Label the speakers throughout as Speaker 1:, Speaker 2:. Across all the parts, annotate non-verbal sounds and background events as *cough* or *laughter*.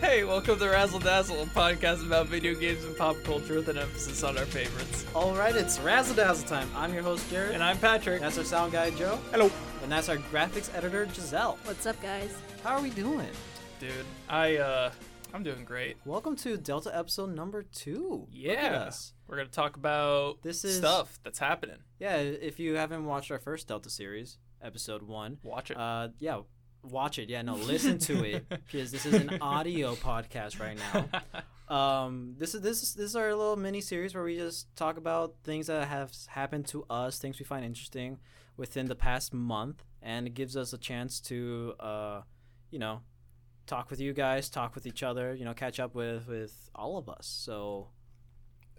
Speaker 1: Hey, welcome to Razzle Dazzle, a podcast about video games and pop culture with an emphasis on our favorites.
Speaker 2: All right, it's Razzle Dazzle time. I'm your host, Jared.
Speaker 1: And I'm Patrick.
Speaker 2: that's our sound guy, Joe.
Speaker 1: Hello.
Speaker 2: And that's our graphics editor, Giselle.
Speaker 3: What's up, guys?
Speaker 2: How are we doing?
Speaker 1: Dude, I, uh, I'm doing great.
Speaker 2: Welcome to Delta episode number two. Look at
Speaker 1: Yeah.
Speaker 2: us.
Speaker 1: We're going to talk about
Speaker 2: This is-
Speaker 1: stuff that's happening.
Speaker 2: Yeah, if you haven't watched our first Delta series, episode one,
Speaker 1: Watch it.
Speaker 2: uh, yeah, watch it. Yeah, no, listen to it *laughs* because this is an audio podcast right now. *laughs* Um, this is this is this is our little mini series where we just talk about things that have happened to us, things we find interesting within the past month, and it gives us a chance to, uh, you know, talk with you guys, talk with each other, you know, catch up with with all of us. So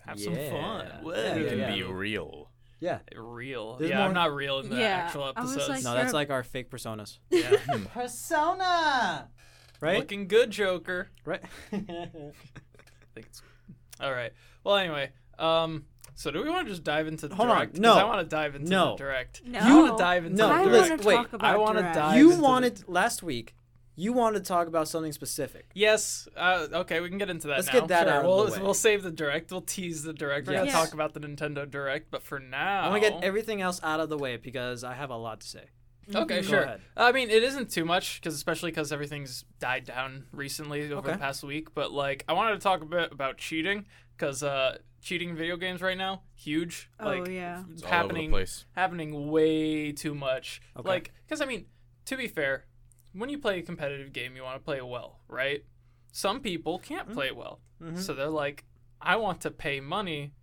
Speaker 1: Have some
Speaker 2: yeah.
Speaker 1: fun.
Speaker 2: Yeah,
Speaker 1: Whoa.
Speaker 2: yeah,
Speaker 4: We
Speaker 2: yeah.
Speaker 4: can be real.
Speaker 2: yeah,
Speaker 1: Real.
Speaker 2: There's
Speaker 1: yeah, I'm
Speaker 2: more-
Speaker 1: not real in the
Speaker 3: Yeah,
Speaker 1: actual
Speaker 3: I was
Speaker 1: episodes.
Speaker 3: like-
Speaker 2: no, that's like our fake personas,
Speaker 1: *laughs*
Speaker 3: *laughs*
Speaker 1: yeah.
Speaker 2: persona, *laughs* right?
Speaker 1: Looking good, Joker.
Speaker 2: *laughs* Right.
Speaker 1: I think it's... All right. Well, anyway, um, so do we want to just dive into the
Speaker 2: Hold on,
Speaker 1: direct? 'Cause
Speaker 2: no.
Speaker 1: I want to dive into
Speaker 2: No.
Speaker 1: the direct.
Speaker 3: No.
Speaker 1: I want to dive into
Speaker 2: No,
Speaker 1: the
Speaker 3: I
Speaker 1: direct.
Speaker 2: let's-
Speaker 3: want to
Speaker 2: wait,
Speaker 3: talk about
Speaker 1: I wanna
Speaker 3: direct.
Speaker 1: dive-
Speaker 2: you
Speaker 1: into the-
Speaker 2: wanted last week. You wanted to talk about something specific.
Speaker 1: Yes. Uh, okay, we can get into that
Speaker 2: Let's
Speaker 1: now.
Speaker 2: get that
Speaker 1: Sure,
Speaker 2: out of
Speaker 1: we'll,
Speaker 2: the way.
Speaker 1: we'll save the direct. We'll tease the direct. We're
Speaker 2: Yes.
Speaker 1: gonna talk about the Nintendo Direct, but for now,
Speaker 2: I want to get everything else out of the way because I have a lot to say.
Speaker 1: okay,
Speaker 2: Go
Speaker 1: sure.
Speaker 2: ahead.
Speaker 1: I mean, it isn't too much because especially because everything's died down recently over the
Speaker 2: Okay.
Speaker 1: past week. But like, I wanted to talk a bit about cheating because uh, cheating in video games right now huge.
Speaker 3: Oh
Speaker 1: like,
Speaker 3: yeah.
Speaker 1: it's
Speaker 4: It's all over the
Speaker 1: happening
Speaker 4: place.
Speaker 1: happening way too much. Like
Speaker 2: Okay.
Speaker 1: 'cause Like, because I mean, to be fair, when you play a competitive game, you want to play it well, right? Some people can't play it well,
Speaker 2: Mhm.
Speaker 1: so they're like, I want to pay money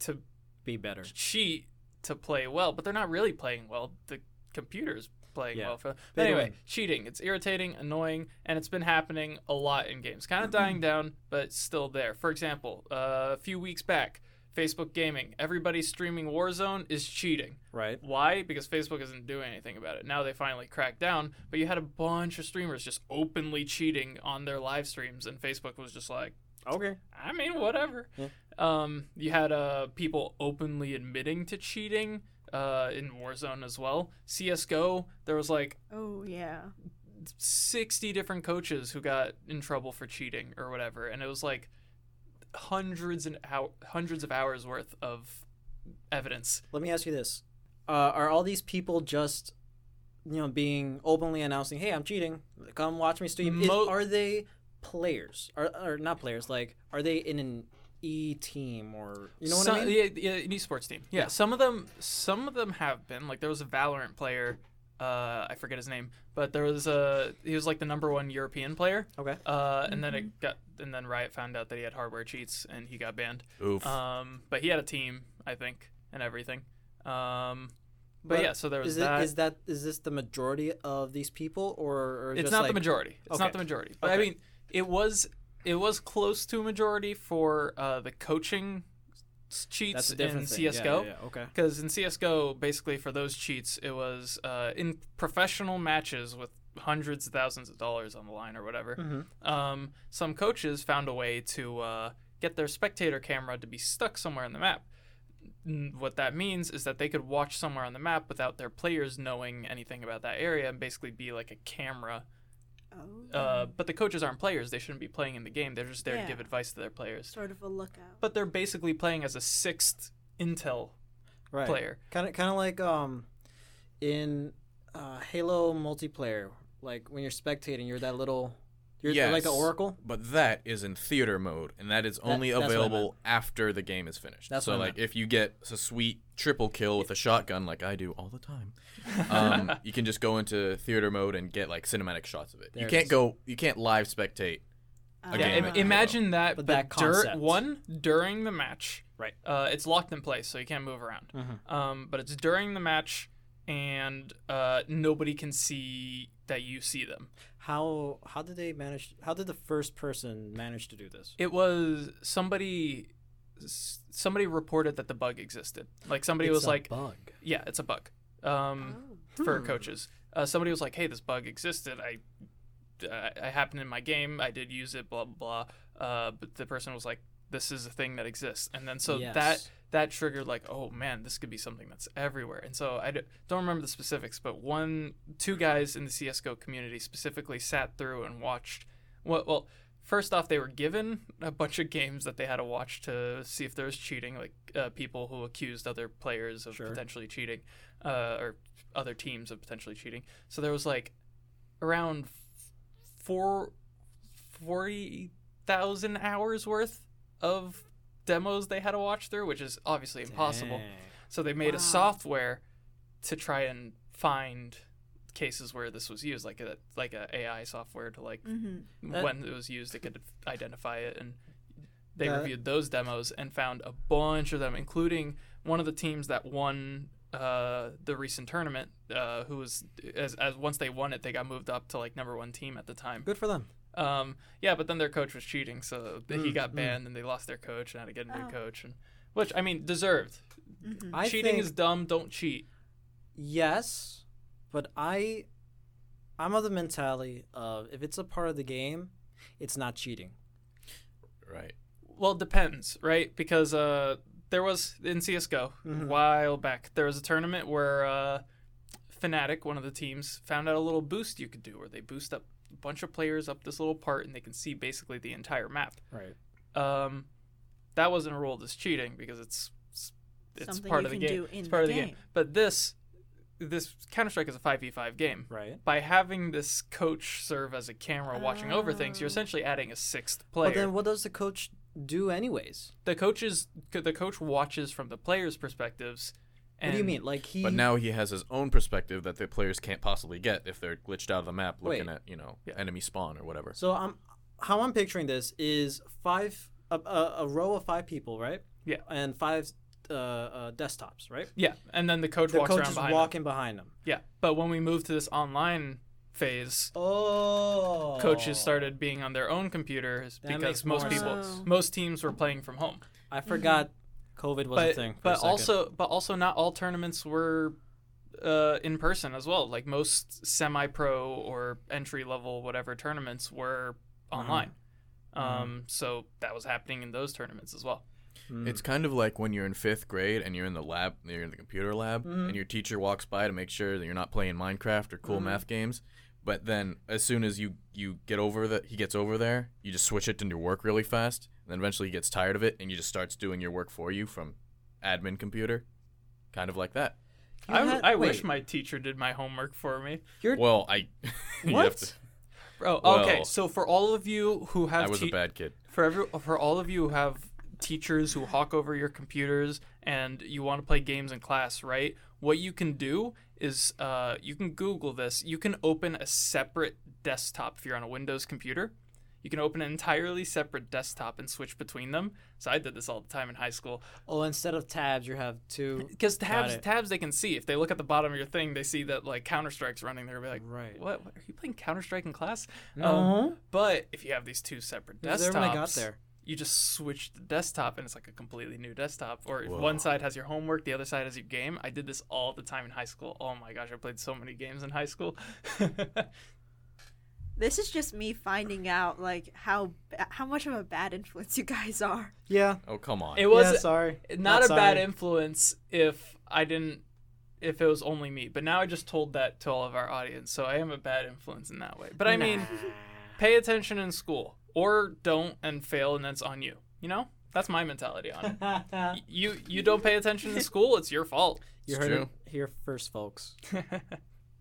Speaker 1: to
Speaker 2: Be better.
Speaker 1: cheat to play well, but they're not really playing well. The computer's playing
Speaker 2: Yeah.
Speaker 1: well for
Speaker 2: They
Speaker 1: but anyway
Speaker 2: don't-
Speaker 1: cheating it's irritating annoying and it's been happening a lot in games kind
Speaker 2: Mm-hmm.
Speaker 1: of dying down but still there for example uh, a few weeks back facebook gaming everybody streaming warzone is cheating
Speaker 2: Right.
Speaker 1: why? Because Facebook isn't doing anything about it. Now they finally cracked down, but you had a bunch of streamers just openly cheating on their live streams, and Facebook was just like,
Speaker 2: Okay.
Speaker 1: I mean, whatever.
Speaker 2: Yeah.
Speaker 1: Um, you had uh, people openly admitting to cheating uh, in Warzone as well. CSGO, there was like
Speaker 3: Oh yeah.
Speaker 1: 60 different coaches who got in trouble for cheating or whatever and it was like hundreds and hou- hundreds of hours worth of evidence
Speaker 2: Let me ask you this: uh, Are all these people just, you know, being openly announcing, "Hey, I'm cheating. Come watch me stream"? Is-
Speaker 1: Mo-
Speaker 2: are they players? Are or not players? Like, are they in an E team or you know what I
Speaker 1: Some-
Speaker 2: mean?
Speaker 1: Yeah, yeah, an esports team. Yeah. some of them, some of them have been. Like there was a Valorant player, uh, I forget his name, but there was a he was like the number one European player.
Speaker 2: Okay.
Speaker 1: Uh, and then it got, and then Riot found out that he had hardware cheats, and he got banned.
Speaker 4: Oof.
Speaker 2: uh,
Speaker 1: Um, but he had a team, I think, and everything. Um, but,
Speaker 2: But
Speaker 1: yeah, so there was
Speaker 2: Is it
Speaker 1: that.
Speaker 2: is that is this the majority of these people or, or
Speaker 1: it's
Speaker 2: just
Speaker 1: not
Speaker 2: like,
Speaker 1: the majority. It's not
Speaker 2: Okay.
Speaker 1: the majority. But I
Speaker 2: Okay.
Speaker 1: mean, it was it was close to a majority for uh, the coaching s-
Speaker 2: That's
Speaker 1: cheats
Speaker 2: a
Speaker 1: in
Speaker 2: different thing. Yeah,
Speaker 1: CS:GO.
Speaker 2: yeah, yeah. Okay.
Speaker 1: Because in CS:GO, basically for those cheats, it was uh, in professional matches with hundreds of thousands of dollars on the line or whatever. Um, some coaches found a way to uh, get their spectator camera to be stuck somewhere on the map. N- What that means is that they could watch somewhere on the map without their players knowing anything about that area and basically be like a camera.
Speaker 3: Oh.
Speaker 1: Uh, but the coaches aren't players; they shouldn't be playing in the game. They're just there
Speaker 3: Yeah.
Speaker 1: to give advice to their players.
Speaker 3: sort of a lookout.
Speaker 1: But they're basically playing as a sixth intel
Speaker 2: Right.
Speaker 1: player.
Speaker 2: Kind of, kind of like um, in uh, Halo multiplayer, like when you're spectating, you're that little, you're like the
Speaker 4: Yes.
Speaker 2: Oracle.
Speaker 4: But that is in theater mode, and that is only
Speaker 2: that's what I
Speaker 4: available after the game is finished.
Speaker 2: That's
Speaker 4: so,
Speaker 2: what I
Speaker 4: like, if you get a sweet triple kill with a shotgun, like I do all
Speaker 2: *laughs*
Speaker 4: the time, um, you can just go into theater mode and get like cinematic shots of it.
Speaker 2: There
Speaker 4: you
Speaker 2: it
Speaker 4: can't
Speaker 2: is.
Speaker 4: go. You can't live spectate.
Speaker 3: Uh,
Speaker 4: a
Speaker 1: Yeah,
Speaker 4: game
Speaker 1: im-
Speaker 4: at Halo.
Speaker 1: imagine that,
Speaker 2: But
Speaker 1: but,
Speaker 2: that
Speaker 1: dur-
Speaker 2: concept.
Speaker 1: one during the match.
Speaker 2: Right.
Speaker 1: Uh, it's locked in place, so you can't move around.
Speaker 4: Mm-hmm.
Speaker 1: Um, but it's during the match, and uh, nobody can see that you see them.
Speaker 2: How how did they manage? How did the first person manage to do this?
Speaker 1: It was somebody. s- Somebody reported that the bug existed. Like somebody was like,
Speaker 2: bug.
Speaker 1: "Yeah, it's a bug."
Speaker 3: Oh.
Speaker 1: Um, for coaches. Uh, somebody was like, "Hey, this bug existed. I, uh, I happened in my game. I did use it. Blah blah blah." Uh, but the person was like, "This is a thing that exists," and then so that
Speaker 2: Yes.
Speaker 1: that triggered like, "Oh man, this could be something that's everywhere." And so I d- don't remember the specifics, but one two guys in the CS:GO community specifically sat through and watched. Well, well, first off, they were given a bunch of games that they had to watch to see if there was cheating, like uh, people who accused other players of
Speaker 2: Sure.
Speaker 1: potentially cheating, uh, or other teams of potentially cheating. So there was like around f- four forty thousand hours worth of demos they had to watch through, which is obviously impossible.
Speaker 2: Dang.
Speaker 1: So they made
Speaker 3: Wow.
Speaker 1: a software to try and find cases where this was used, like a like a AI software to like
Speaker 3: Mm-hmm.
Speaker 2: That-
Speaker 1: when it was used, it could identify it, and they
Speaker 2: That-
Speaker 1: reviewed those demos and found a bunch of them, including one of the teams that won uh, the recent tournament, uh, who was as, as once they won it, they got moved up to like number one team at the time.
Speaker 2: Good for them.
Speaker 1: Um, yeah, but then their coach was cheating, so th- he
Speaker 2: Mm,
Speaker 1: got
Speaker 2: mm.
Speaker 1: banned, and they lost their coach and had to get a new
Speaker 3: Oh.
Speaker 1: coach, and which I mean deserved.
Speaker 3: mm-hmm.
Speaker 2: I
Speaker 1: Cheating
Speaker 2: think
Speaker 1: is dumb. Don't cheat.
Speaker 2: yes, but I, I'm of the mentality of if it's a part of the game, it's not cheating.
Speaker 4: Right.
Speaker 1: Well, it depends, right? Because uh, there was in CS:GO a
Speaker 2: Mhm.
Speaker 1: while back, there was a tournament where uh, Fnatic, one of the teams, found out a little boost you could do, where they boost up a bunch of players up this little part, and they can see basically the entire map.
Speaker 2: Right.
Speaker 1: Um, that wasn't ruled as cheating because it's it's, it's
Speaker 3: Something
Speaker 1: part
Speaker 3: you
Speaker 1: of the
Speaker 3: can
Speaker 1: game.
Speaker 3: do in
Speaker 1: it's
Speaker 3: the
Speaker 1: part of the
Speaker 3: game.
Speaker 1: game. But this this Counter Strike is a five v five game.
Speaker 2: Right.
Speaker 1: By having this coach serve as a camera watching over things, you're
Speaker 3: Oh.
Speaker 1: essentially adding a sixth player
Speaker 2: But then what does the coach do anyways?
Speaker 1: the coaches the coach watches from the players' perspectives. And
Speaker 2: what do you mean? Like he?
Speaker 4: But now he has his own perspective that the players can't possibly get if they're glitched out of the map looking
Speaker 2: Wait.
Speaker 4: at, you know,
Speaker 1: Yeah.
Speaker 4: enemy spawn or whatever.
Speaker 2: So I'm, how I'm picturing this is five a, a, a row of five people, right?
Speaker 1: Yeah.
Speaker 2: And five uh, uh, desktops, right?
Speaker 1: Yeah, and then the coach
Speaker 2: The
Speaker 1: walks
Speaker 2: coach
Speaker 1: around
Speaker 2: is
Speaker 1: behind. them.
Speaker 2: walking behind them.
Speaker 1: Yeah, but when we moved to this online phase,
Speaker 2: Oh.
Speaker 1: coaches started being on their own computers
Speaker 2: That
Speaker 1: because
Speaker 2: makes
Speaker 1: most
Speaker 2: more
Speaker 1: people,
Speaker 3: sense.
Speaker 1: most teams were playing from home.
Speaker 2: I forgot COVID was
Speaker 1: but
Speaker 2: a thing. for a
Speaker 1: but
Speaker 2: second.
Speaker 1: also but also not all tournaments were uh, in person as well. Like most semi-pro or entry level whatever tournaments were
Speaker 2: Mm-hmm.
Speaker 1: online. Um, so that was happening in those tournaments as well.
Speaker 2: Mm.
Speaker 4: It's kind of like when you're in fifth grade and you're in the lab, you're in the computer lab,
Speaker 2: Mm-hmm.
Speaker 4: and your teacher walks by to make sure that you're not playing Minecraft or cool math games. But then, as soon as you you get over that, he gets over there. You just switch it to your work really fast, and then eventually he gets tired of it, and you just starts doing your work for you from admin computer, kind of like that.
Speaker 2: You
Speaker 1: I,
Speaker 2: had-
Speaker 1: I
Speaker 2: wait.
Speaker 1: wish my teacher did my homework for me.
Speaker 4: Well, I *laughs* you have
Speaker 2: What?
Speaker 4: to-
Speaker 1: Oh, okay.
Speaker 4: Well-
Speaker 1: So for all of you who have
Speaker 4: I was a
Speaker 1: te-
Speaker 4: bad kid.
Speaker 1: for every for all of you who have teachers who hawk over your computers and you want to play games in class, right? What you can do is uh, you can Google this. You can open a separate desktop if you're on a Windows computer. You can open an entirely separate desktop and switch between them. So I did this all the time in high school
Speaker 2: Oh, instead of tabs, you have two.
Speaker 1: *laughs* because tabs
Speaker 2: it.
Speaker 1: tabs they can see if they look at the bottom of your thing they see that like Counter Strike's running. They're gonna be like,
Speaker 2: Right. Uh-huh.
Speaker 1: What, what are you playing Counter Strike in class? Um,
Speaker 2: No.
Speaker 1: but if you have these two separate
Speaker 2: That's
Speaker 1: desktops,
Speaker 2: when I got there.
Speaker 1: you just switch the desktop and it's like a completely new desktop. Or if
Speaker 4: Whoa.
Speaker 1: one side has your homework, the other side has your game. I did this all the time in high school. Oh my gosh, I played so many games in high school. *laughs*
Speaker 3: This is just me finding out like how ba- how much of a bad influence you guys are.
Speaker 2: Yeah.
Speaker 4: Oh come on!
Speaker 1: it was
Speaker 2: yeah, sorry.
Speaker 1: not a bad
Speaker 2: sorry.
Speaker 1: influence if I didn't if it was only me. But now I just told that to all of our audience, so I am a bad influence in that way. But I mean, pay attention in school or don't and fail and that's on you. You know? That's my mentality on it.
Speaker 2: *laughs* Nah.
Speaker 1: Y- You you don't pay attention in school, it's your fault.
Speaker 2: you
Speaker 4: It's
Speaker 2: heard
Speaker 4: true.
Speaker 2: it here first, folks.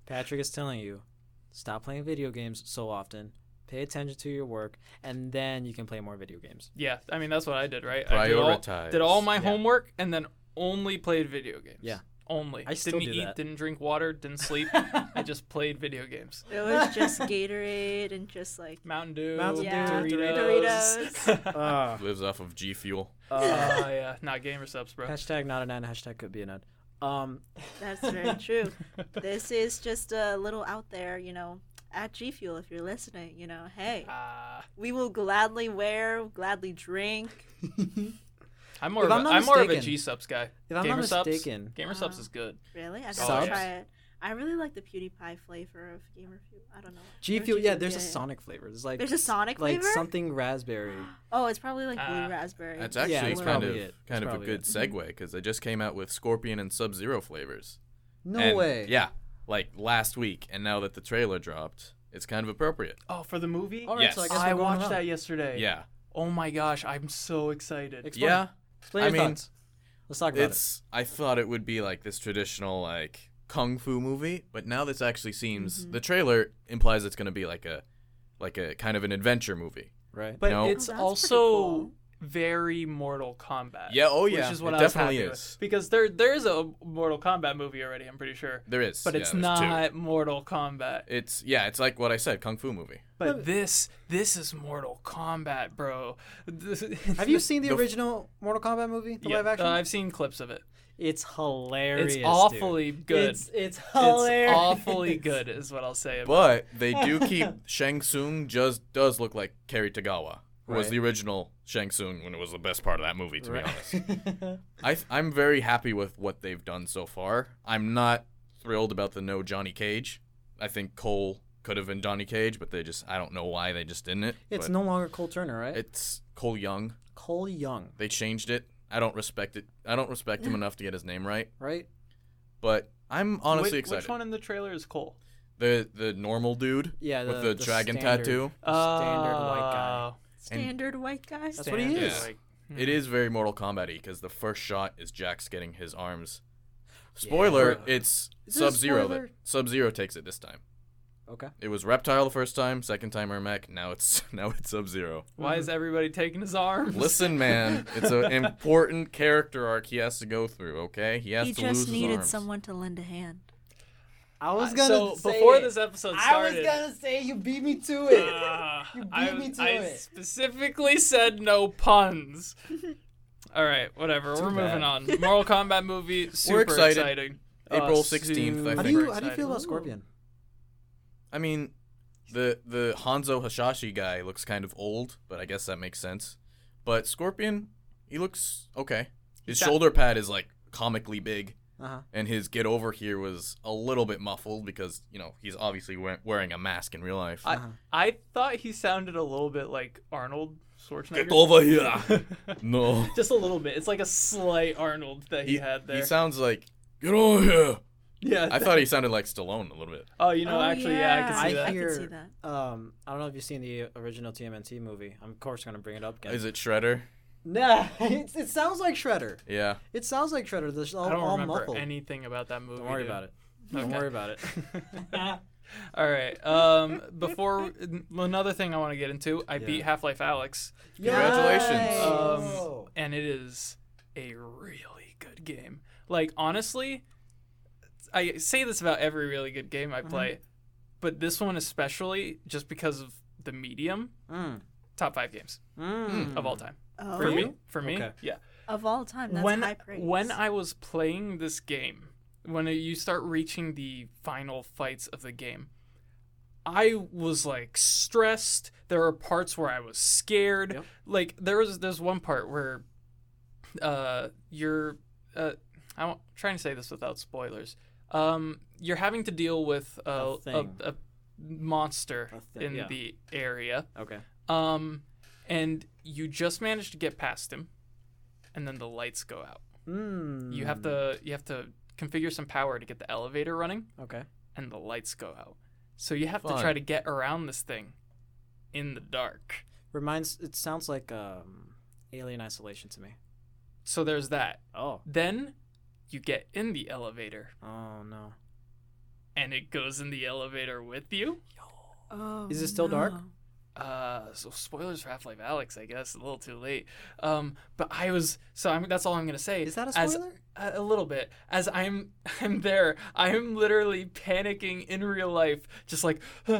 Speaker 2: Patrick is telling you, stop playing video games so often. Pay attention to your work, and then you can play more video
Speaker 4: *laughs*
Speaker 2: games.
Speaker 1: Yeah, I mean that's what I did, right? I did all-
Speaker 4: Prioritize.
Speaker 1: Did all, my
Speaker 2: Yeah.
Speaker 1: homework and then only played video games.
Speaker 2: Yeah.
Speaker 1: Only.
Speaker 2: I still
Speaker 1: didn't
Speaker 2: do
Speaker 1: eat,
Speaker 2: that.
Speaker 1: didn't drink water, didn't sleep.
Speaker 2: *laughs*
Speaker 1: I just played video games.
Speaker 3: It was
Speaker 1: *laughs*
Speaker 3: just Gatorade and just like
Speaker 1: Mountain Dew,
Speaker 2: Mountain Dew,
Speaker 3: yeah,
Speaker 1: Doritos.
Speaker 3: Doritos.
Speaker 2: Uh,
Speaker 4: Lives off of G fuel.
Speaker 1: *laughs*
Speaker 4: ah.
Speaker 1: Oh yeah, not gamer subs, bro.
Speaker 2: *laughs* hashtag not an ad. Hashtag could be an ad.
Speaker 1: *laughs*
Speaker 2: Um,
Speaker 3: That's very true. This is just a little out there, you know. At G Fuel, if you're listening, you know, hey,
Speaker 1: Ah,
Speaker 3: we will gladly wear, gladly drink.
Speaker 1: I'm more
Speaker 2: If
Speaker 1: of a,
Speaker 2: I'm not
Speaker 1: I'm more of a
Speaker 2: mistaken-
Speaker 1: G subs guy.
Speaker 2: if I'm
Speaker 1: gamer
Speaker 2: not
Speaker 1: subs,
Speaker 2: mistaken,
Speaker 1: gamer subs is good.
Speaker 3: Really, I
Speaker 1: Oh,
Speaker 3: gotta
Speaker 1: yeah.
Speaker 3: try it. I really like the PewDiePie flavor of Gamer Fuel. I don't know.
Speaker 2: G
Speaker 3: Or
Speaker 2: Fuel. Yeah, there's a
Speaker 3: yeah.
Speaker 2: Sonic flavor. It's like
Speaker 3: There's a Sonic
Speaker 2: like
Speaker 3: flavor?
Speaker 1: *gasps*
Speaker 2: something raspberry.
Speaker 3: Oh, it's probably like blue
Speaker 1: Ah,
Speaker 3: raspberry.
Speaker 4: Uh, That's
Speaker 2: Yeah,
Speaker 4: actually
Speaker 2: that's
Speaker 4: kind
Speaker 2: probably
Speaker 4: of
Speaker 2: it. That's
Speaker 4: kind of a
Speaker 2: probably
Speaker 4: good
Speaker 2: it.
Speaker 4: segue because they just came out with Scorpion and Sub Zero flavors.
Speaker 2: No
Speaker 4: And-
Speaker 2: way.
Speaker 4: Yeah, like last week, and now that the trailer dropped, It's kind of appropriate.
Speaker 1: Oh, for the movie?
Speaker 2: All right,
Speaker 4: Yes.
Speaker 2: so I guess
Speaker 1: I
Speaker 2: we're going
Speaker 1: watched
Speaker 2: without.
Speaker 1: that yesterday.
Speaker 4: Yeah.
Speaker 1: Oh my gosh, I'm so excited.
Speaker 2: Explain.
Speaker 4: Yeah.
Speaker 2: Explain
Speaker 4: I
Speaker 2: your
Speaker 4: mean,
Speaker 2: thoughts. Let's talk about it.
Speaker 4: It's I thought it would be like this traditional like kung fu movie, but now this actually seems
Speaker 2: Mm-hmm.
Speaker 4: the trailer implies it's going to be like a like a kind of an adventure movie.
Speaker 2: Right.
Speaker 1: But
Speaker 4: No.
Speaker 1: it's
Speaker 3: Oh, that's
Speaker 1: also
Speaker 3: pretty cool.
Speaker 1: very Mortal Kombat.
Speaker 4: Yeah, oh yeah,
Speaker 1: Which is
Speaker 4: it
Speaker 1: what I was
Speaker 4: definitely
Speaker 1: happy with.
Speaker 4: is.
Speaker 1: Because there there is a Mortal Kombat movie already, I'm pretty sure.
Speaker 4: There is.
Speaker 1: But
Speaker 4: yeah,
Speaker 1: it's
Speaker 4: there's two.
Speaker 1: not Mortal Kombat.
Speaker 4: It's yeah, it's like what I said, kung fu movie.
Speaker 1: But this this is Mortal Kombat, bro. This- *laughs*
Speaker 2: Have you seen the,
Speaker 4: The f-
Speaker 2: original Mortal Kombat movie, the live action?
Speaker 1: Uh, I've seen clips of it.
Speaker 2: it's hilarious.
Speaker 1: It's
Speaker 2: dude.
Speaker 1: awfully good.
Speaker 2: It's
Speaker 1: It's
Speaker 2: it's hilarious.
Speaker 1: awfully
Speaker 2: *laughs*
Speaker 1: good, is what I'll say. About
Speaker 4: But they do keep Shang Tsung just does look like Kerry Tagawa, who was
Speaker 2: Right.
Speaker 4: the original Shang Tsung when it was the best part of that movie, to
Speaker 2: Right.
Speaker 4: be honest. I th- I'm very happy with what they've done so far. I'm not thrilled about the no Johnny Cage. I think Cole could have been Johnny Cage, but they just I don't know why they just didn't it.
Speaker 2: *laughs* it's
Speaker 4: but
Speaker 2: no longer Cole Turner, right?
Speaker 4: it's Cole Young.
Speaker 2: Cole Young,
Speaker 4: They changed it. I don't respect it. I don't respect him enough to get his name right.
Speaker 2: right?
Speaker 4: But I'm honestly
Speaker 1: Whi-
Speaker 4: excited.
Speaker 1: Which one in the trailer is Cole?
Speaker 4: The the normal dude
Speaker 2: Yeah,
Speaker 4: with the, dragon
Speaker 2: standard-
Speaker 4: tattoo.
Speaker 2: the standard white guy.
Speaker 1: Uh,
Speaker 3: Standard white guy.
Speaker 2: That's what he
Speaker 1: standard
Speaker 4: is.
Speaker 1: white-
Speaker 4: It is very Mortal Kombat because the first shot is Jax getting his arms. Spoiler:
Speaker 2: Yeah.
Speaker 4: It's
Speaker 2: Is it a
Speaker 4: Sub Zero that
Speaker 2: spoiler?
Speaker 4: Sub Zero takes it this time.
Speaker 2: Okay.
Speaker 4: It was Reptile the first time, second time Ermac. Now it's *laughs* now it's
Speaker 1: *laughs*
Speaker 4: Sub Zero.
Speaker 1: Why
Speaker 2: Mm-hmm.
Speaker 1: is everybody taking his arms?
Speaker 4: Listen, man, it's an important character arc he has to go through. Okay, he has
Speaker 3: He
Speaker 4: to lose
Speaker 3: just
Speaker 4: his
Speaker 3: needed
Speaker 4: arms.
Speaker 3: someone to lend a hand.
Speaker 2: I was
Speaker 1: Uh, *laughs*
Speaker 2: gonna
Speaker 1: so
Speaker 2: say
Speaker 1: before
Speaker 2: it.
Speaker 1: this episode
Speaker 2: I was
Speaker 1: started-
Speaker 2: gonna say you beat me to it. *laughs*
Speaker 1: Ah,
Speaker 2: You beat
Speaker 1: I,
Speaker 2: me to
Speaker 1: I
Speaker 2: it.
Speaker 1: specifically said no
Speaker 2: *laughs*
Speaker 1: puns. All right, whatever. We're
Speaker 4: bad.
Speaker 1: moving on. Mortal Kombat movie, super
Speaker 4: excited.
Speaker 1: exciting.
Speaker 4: April
Speaker 1: Uh,
Speaker 2: how
Speaker 4: 16th, I
Speaker 1: super
Speaker 2: do
Speaker 4: think-
Speaker 2: you how do you
Speaker 1: excited.
Speaker 2: feel about Scorpion?
Speaker 4: I mean, the the Hanzo Hashashi guy looks kind of old, but I guess that makes sense. But Scorpion, he looks okay. His
Speaker 1: He's got-
Speaker 4: shoulder pad is like comically big.
Speaker 2: Uh huh.
Speaker 4: and his get over here was a little bit muffled because you know he's obviously we- wearing a mask in real life.
Speaker 1: I,
Speaker 2: Uh-huh.
Speaker 1: I thought he sounded a little bit like Arnold Schwarzenegger. *laughs*
Speaker 4: get over here! no,
Speaker 1: Just a little bit. It's like a slight Arnold that he, had there.
Speaker 4: He sounds like get over here.
Speaker 1: yeah.
Speaker 4: I thought he sounded like Stallone a little bit.
Speaker 1: oh, you know,
Speaker 3: Oh,
Speaker 1: actually, yeah, I
Speaker 2: I
Speaker 1: can see that.
Speaker 3: could
Speaker 2: hear.
Speaker 3: see that.
Speaker 2: Um, I don't know if you've seen the original TMNT movie. I'm of course gonna bring it up again.
Speaker 4: Is it Shredder?
Speaker 2: *laughs* Nah, it's, it sounds like Shredder.
Speaker 4: Yeah,
Speaker 2: It sounds like Shredder. There's all,
Speaker 1: I don't
Speaker 2: all
Speaker 1: remember
Speaker 2: muffled.
Speaker 1: anything about that movie.
Speaker 2: Don't worry
Speaker 1: dude.
Speaker 2: about it. Don't
Speaker 1: Okay.
Speaker 2: worry about it.
Speaker 1: *laughs*
Speaker 2: *laughs*
Speaker 1: All right. Um, before *laughs* another thing I want to get into, I beat
Speaker 2: Yeah.
Speaker 1: Half Life Alex,
Speaker 4: Congratulations.
Speaker 2: Yes.
Speaker 1: Um, and it is a really good game. Like honestly, I say this about every really good game I play, but this one especially, just because of the medium,
Speaker 2: Mm.
Speaker 1: top five games
Speaker 2: Mm.
Speaker 1: of all time
Speaker 3: Oh.
Speaker 1: for me. For me,
Speaker 2: Okay.
Speaker 1: yeah.
Speaker 3: Of all time, that's
Speaker 1: when
Speaker 3: high praise.
Speaker 1: when I was playing this game, when you start reaching the final fights of the game, I was like stressed. There were parts where I was scared.
Speaker 2: Yep.
Speaker 1: Like there was there's one part where uh you're uh I'm trying to say this without spoilers. Um you're having to deal with uh, a, a,
Speaker 2: thing.
Speaker 1: monster
Speaker 2: A thing,
Speaker 1: in
Speaker 2: yeah.
Speaker 1: the area.
Speaker 2: Okay.
Speaker 1: Um and you just manage to get past him and then the lights go out
Speaker 2: Mm.
Speaker 1: you have to you have to configure some power to get the elevator running
Speaker 2: Okay.
Speaker 1: and the lights go out so you have
Speaker 4: Fun.
Speaker 1: to try to get around this thing in the dark
Speaker 2: Reminds. It sounds like um, Alien Isolation to me.
Speaker 1: so there's that
Speaker 2: Oh.
Speaker 1: then you get in the elevator
Speaker 2: Oh no.
Speaker 1: and it goes in the elevator with you
Speaker 3: oh,
Speaker 2: Is it still dark?
Speaker 3: no.
Speaker 1: uh so spoilers for half-life alex i guess a little too late um but i was so i'm that's all i'm gonna say
Speaker 2: Is that a
Speaker 1: As-
Speaker 2: *laughs* spoiler?
Speaker 1: a a little bit as i'm *laughs* i'm there i'm literally panicking in real life just like *laughs*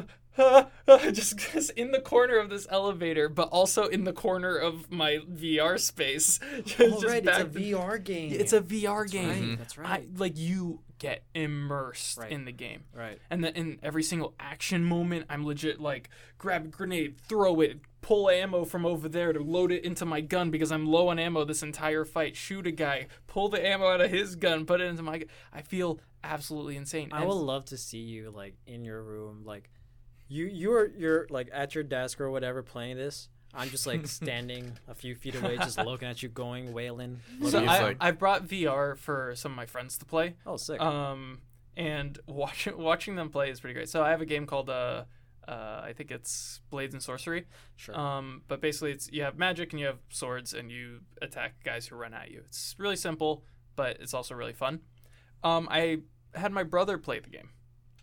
Speaker 1: just, just in the corner of this elevator but also in the corner of my vr space *laughs* just,
Speaker 2: oh
Speaker 1: just
Speaker 2: right, it's a
Speaker 1: back-
Speaker 2: VR game.
Speaker 1: it's a vr game
Speaker 2: Right, That's right.
Speaker 1: I, like you get immersed
Speaker 2: Right.
Speaker 1: in the game
Speaker 2: right.
Speaker 1: and then in every single action moment, I'm legit like grab a grenade, throw it, pull ammo from over there to load it into my gun because I'm low on ammo this entire fight. Shoot a guy, pull the ammo out of his gun, put it into my. gu- I feel absolutely insane.
Speaker 2: I
Speaker 1: And-
Speaker 2: would love to see you like in your room, like you you're you're like at your desk or whatever playing this. I'm just *laughs* like standing a few feet away, just looking at you, going wailing.
Speaker 4: Love
Speaker 1: So
Speaker 4: you,
Speaker 1: I,
Speaker 4: Psych.
Speaker 1: I brought VR for some of my friends to play.
Speaker 2: oh, sick.
Speaker 1: *laughs* Um, and watching watching them play is pretty great. So I have a game called uh, uh, I think it's Blades and Sorcery.
Speaker 2: Sure.
Speaker 1: Um, but basically, it's you have magic and you have swords and you attack guys who run at you. It's really simple, but it's also really fun. Um, I had my brother play the game,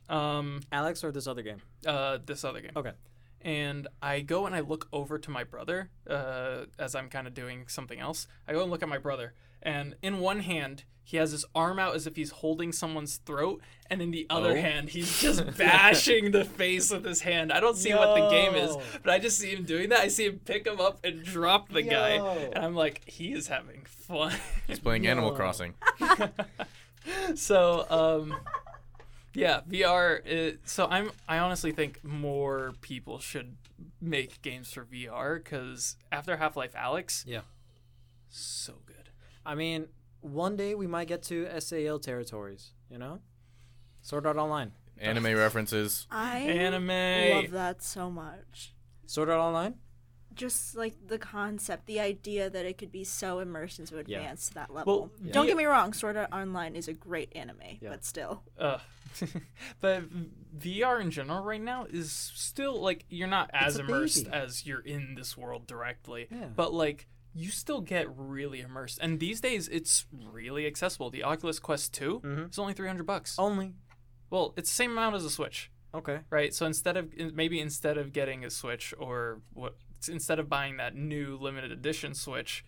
Speaker 1: um,
Speaker 2: Alex or this other game?
Speaker 1: uh, this other game.
Speaker 2: Okay.
Speaker 1: And I go and I look over to my brother uh, as I'm kind of doing something else. I go and look at my brother, and in one hand he has his arm out as if he's holding someone's throat, and in the other
Speaker 4: Oh.
Speaker 1: hand he's
Speaker 2: *laughs*
Speaker 1: just bashing the face with his hand. I don't see what the game is,
Speaker 2: Yo.
Speaker 1: but I just see him doing that. I see him pick him up and drop the guy,
Speaker 2: Yo.
Speaker 1: and I'm like, he is having fun. *laughs*
Speaker 4: He's playing Animal
Speaker 2: No.
Speaker 4: Crossing.
Speaker 1: so, um, yeah, VR. Is, so I'm. I honestly think more people should make games for VR because after Half Life Alex,
Speaker 2: Yeah.
Speaker 1: so good.
Speaker 2: I mean, one day we might get to SAL territories, you know? Sword Art Online.
Speaker 4: Anime references.
Speaker 3: I love
Speaker 1: Anime.
Speaker 3: that so much.
Speaker 2: Sword Art Online?
Speaker 3: Just like the concept, the idea that it could be so immersive to
Speaker 2: Yeah.
Speaker 3: advance to that level.
Speaker 1: Well,
Speaker 3: Don't
Speaker 1: the-
Speaker 3: get me wrong, Sword Art Online is a great anime,
Speaker 2: Yeah.
Speaker 3: but still.
Speaker 1: Uh, *laughs* but VR in general right now is still like you're not as
Speaker 2: a
Speaker 1: immersed
Speaker 2: baby.
Speaker 1: as you're in this world directly.
Speaker 2: Yeah.
Speaker 1: But like you still get really immersed. And these days it's really accessible. The Oculus Quest 2
Speaker 2: Mhm.
Speaker 1: is only 300 bucks.
Speaker 2: Only.
Speaker 1: Well, it's the same amount as a Switch,
Speaker 2: Okay.
Speaker 1: right? So instead of in- maybe instead of getting a Switch or what instead of buying that new limited edition Switch,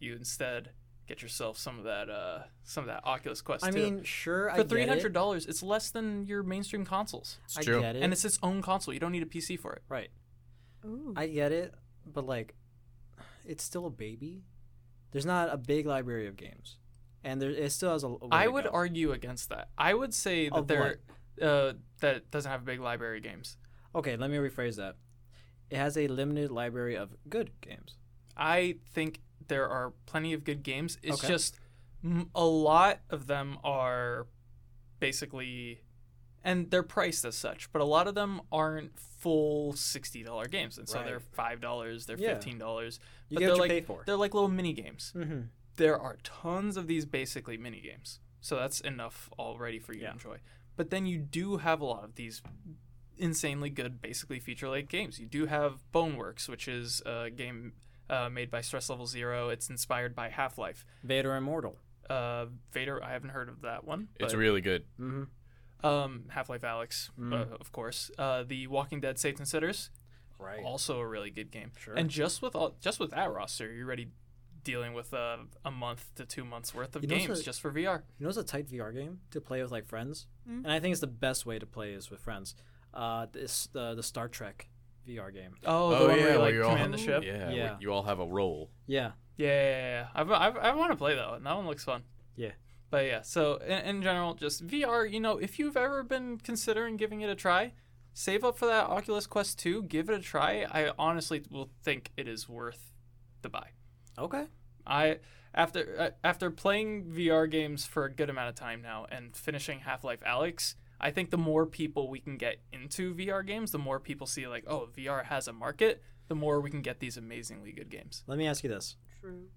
Speaker 1: you instead get yourself some of that uh some of that Oculus Quest
Speaker 2: I
Speaker 1: 2.
Speaker 2: mean, sure, I
Speaker 1: For
Speaker 2: get
Speaker 1: three hundred
Speaker 2: it.
Speaker 1: dollars, it's less than your mainstream consoles,
Speaker 4: It's
Speaker 2: I
Speaker 4: true.
Speaker 2: get it.
Speaker 1: and it's its own console. You don't need a PC for it.
Speaker 2: right.
Speaker 3: Ooh.
Speaker 2: I get it, but like, it's still a baby. There's not a big library of games, and there it still has a. a way
Speaker 1: I
Speaker 2: to
Speaker 1: would
Speaker 2: go.
Speaker 1: argue against that. I would say that
Speaker 2: Oh Of
Speaker 1: there, uh, that it doesn't have a big library of games.
Speaker 2: Okay, let me rephrase that. It has a limited library of good games.
Speaker 1: I think there are plenty of good games. It's
Speaker 2: Okay.
Speaker 1: just m- a lot of them are basically, and they're priced as such. But a lot of them aren't full sixty dollar games, and so they're
Speaker 2: Right.
Speaker 1: five dollars, they're
Speaker 2: Yeah.
Speaker 1: fifteen dollars.
Speaker 2: You
Speaker 1: but
Speaker 2: get
Speaker 1: they're
Speaker 2: what you
Speaker 1: like
Speaker 2: pay for.
Speaker 1: they're like little mini games.
Speaker 2: Mm-hmm.
Speaker 1: there are tons of these basically mini games. So that's enough already for you
Speaker 2: Yeah.
Speaker 1: to enjoy. But then you do have a lot of these insanely good, basically feature length games. You do have Boneworks, which is a game uh, made by Stress Level Zero. It's inspired by Half Life.
Speaker 2: Vader Immortal.
Speaker 1: Uh, Vader, I haven't heard of that one.
Speaker 4: It's
Speaker 1: but,
Speaker 4: really good.
Speaker 2: Mm-hmm.
Speaker 1: um, Half Life Alex,
Speaker 2: Mm.
Speaker 1: uh, of course. Uh, the Walking Dead Saints and Sitters,
Speaker 2: Right.
Speaker 1: also a really good game.
Speaker 2: Sure.
Speaker 1: And just with all, just with that roster, you're already dealing with uh, a month to two months worth of
Speaker 2: You know,
Speaker 1: games
Speaker 2: so-
Speaker 1: just for VR.
Speaker 2: You know, it's a tight VR game to play with like friends, and I think it's the best way to play is with friends. Uh, this the the Star Trek VR game.
Speaker 1: Oh, the one
Speaker 4: Oh, yeah,
Speaker 1: where you
Speaker 4: where
Speaker 1: like
Speaker 4: you're all-
Speaker 1: command
Speaker 4: *laughs*
Speaker 1: the ship. Yeah,
Speaker 4: Yeah.
Speaker 2: Yeah.
Speaker 4: where You all have
Speaker 1: *laughs*
Speaker 4: a role.
Speaker 2: Yeah,
Speaker 1: yeah, yeah. yeah. I've, I've, I want to play that one. That one looks fun.
Speaker 2: Yeah.
Speaker 1: But yeah, so in, in general, just VR. You know, if you've ever been considering giving it a try, save up for that Oculus Quest 2. Give it a try. I honestly will think it is worth the buy.
Speaker 2: Okay.
Speaker 1: I after uh, after playing VR games for a good amount of time now and finishing Half Life Alex, I think the more people we can get into VR games, the more people see like, oh, VR has a market. The more we can get these amazingly good games.
Speaker 2: Let me ask you this:
Speaker 3: True.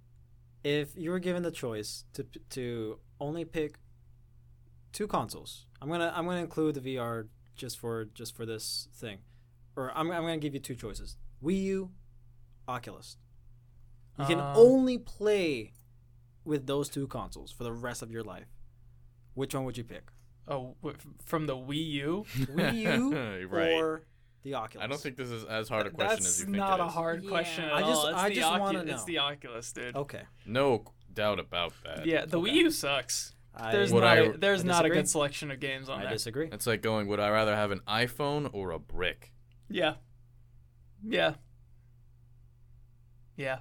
Speaker 2: If you were given the choice to p- to only pick two consoles, I'm gonna I'm gonna include the VR just for just for this thing, or I'm I'm gonna give you two choices: Wii U, Oculus. You can
Speaker 1: Um,
Speaker 2: only play with those two consoles for the rest of your life. Which one would you pick?
Speaker 1: Oh, w- from the Wii U.
Speaker 2: Wii U
Speaker 4: *laughs* Right.
Speaker 2: or the Oculus?
Speaker 4: I don't think this is as hard a question as
Speaker 1: That's
Speaker 4: you think.
Speaker 1: not
Speaker 4: it
Speaker 1: a
Speaker 4: is.
Speaker 1: hard
Speaker 3: Yeah.
Speaker 1: question at
Speaker 2: I just-
Speaker 1: all. It's
Speaker 2: I
Speaker 1: the
Speaker 2: just wanna
Speaker 1: Ocu- It's
Speaker 2: know.
Speaker 1: the Oculus, dude.
Speaker 2: Okay.
Speaker 4: No doubt about that.
Speaker 1: Yeah, the
Speaker 2: Okay.
Speaker 1: Wii U sucks.
Speaker 2: I,
Speaker 1: There's
Speaker 4: Would
Speaker 1: not,
Speaker 4: I-
Speaker 1: a- there's
Speaker 2: I
Speaker 1: not a
Speaker 2: disagree.
Speaker 1: good selection of games on
Speaker 2: I
Speaker 1: there.
Speaker 2: disagree.
Speaker 4: It's like going, would I rather have an iPhone or a brick?
Speaker 1: Yeah. Yeah. Yeah.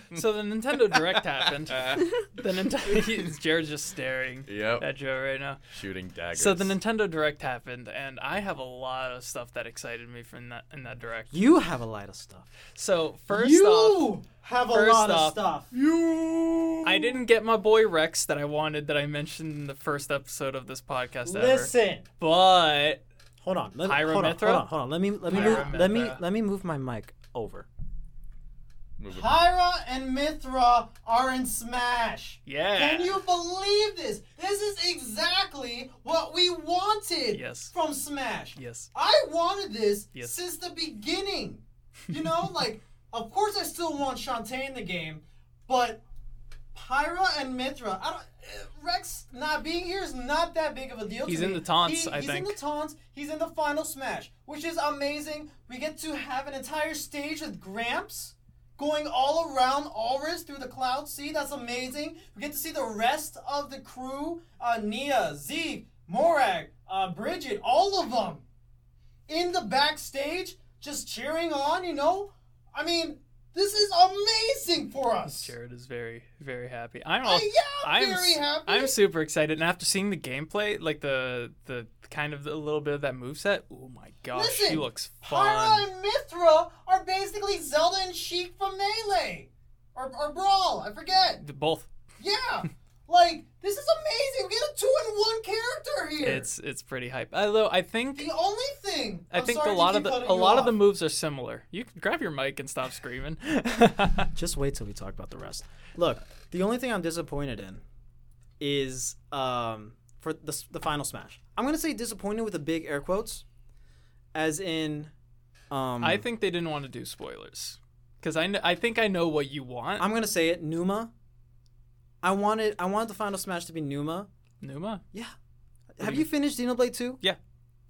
Speaker 1: *laughs* so the Nintendo Direct
Speaker 4: *laughs*
Speaker 1: happened.
Speaker 2: *laughs*
Speaker 1: The Nintendo *laughs* Jared's just staring
Speaker 4: Yep.
Speaker 1: at Joe right now.
Speaker 4: Shooting daggers.
Speaker 1: So the Nintendo Direct happened, and I have a lot of stuff that excited me from that in that Direct.
Speaker 2: You have a lot of stuff.
Speaker 1: So first off,
Speaker 2: have
Speaker 1: a first lot of off-
Speaker 2: stuff.
Speaker 4: You.
Speaker 1: I didn't get my boy Rex that I wanted that I mentioned in the first episode of this podcast ever. But
Speaker 2: Hold on. Let,
Speaker 1: Hiram
Speaker 2: hold on.
Speaker 1: Mithra?
Speaker 2: Hold on. Hold on. Let me let me move,
Speaker 1: Hiram
Speaker 2: let me
Speaker 1: Mithra.
Speaker 2: let me move my mic over.
Speaker 4: Move it.
Speaker 2: Hyra and Mithra are in Smash.
Speaker 1: yeah.
Speaker 2: believe this? This is exactly what we wanted.
Speaker 5: wanted
Speaker 1: Yes.
Speaker 5: from Smash.
Speaker 1: Yes.
Speaker 5: I wanted this
Speaker 1: Yes.
Speaker 5: since the beginning.
Speaker 1: *laughs*
Speaker 5: You know, like, of course I still want Shantae in the game, but Pyra and Mithra, I don't. eh, Rex not being here is not that big of a deal.
Speaker 1: He's
Speaker 5: to
Speaker 1: in
Speaker 5: me.
Speaker 1: the taunts,
Speaker 5: He-
Speaker 1: I
Speaker 5: he's
Speaker 1: think.
Speaker 5: in the taunts. He's in the final smash, which is amazing. We get to have an entire stage with Gramps going all around Alris through the cloud sea. That's amazing. We get to see the rest of the crew: uh, Nia, Zeke, Morag, uh, Bridget, all of them in the backstage, just cheering on. You know, I mean, this is amazing for us.
Speaker 1: Jared is very, very happy. I'm all,
Speaker 5: I am
Speaker 1: I'm
Speaker 5: very
Speaker 1: s-
Speaker 5: happy.
Speaker 1: I'm super excited, and after seeing the gameplay, like the the kind of the little bit of that moveset, oh my gosh, she
Speaker 5: Listen,
Speaker 1: looks
Speaker 5: Pyra
Speaker 1: fun.
Speaker 5: and Mithra are basically Zelda and Sheik from Melee. Or, or Brawl, I
Speaker 1: *laughs*
Speaker 5: forget.
Speaker 1: The- Both,
Speaker 5: Yeah! like, this is amazing! We get a two in one character here!
Speaker 1: it's it's pretty hype. Although I think
Speaker 5: the only thing.
Speaker 1: I
Speaker 5: I'm
Speaker 1: think
Speaker 5: sorry
Speaker 1: a
Speaker 5: to
Speaker 1: lot of
Speaker 5: keep
Speaker 1: the
Speaker 5: cutting
Speaker 1: a
Speaker 5: you
Speaker 1: lot of the
Speaker 5: off.
Speaker 1: moves are similar. You can grab your mic and stop screaming. *laughs*
Speaker 2: Just wait till we talk about the rest. Look, the only thing I'm disappointed in is um, for the, s- the final smash. I'm gonna say disappointed with the big air quotes, as in. Um,
Speaker 1: I think they didn't want to do spoilers because I kn- I think I know what you want.
Speaker 2: I'm gonna say it. Numa. I wanted I wanted the final smash to be Numa.
Speaker 1: Numa,
Speaker 2: Yeah. Have you finished Xenoblade 2?
Speaker 1: Yeah.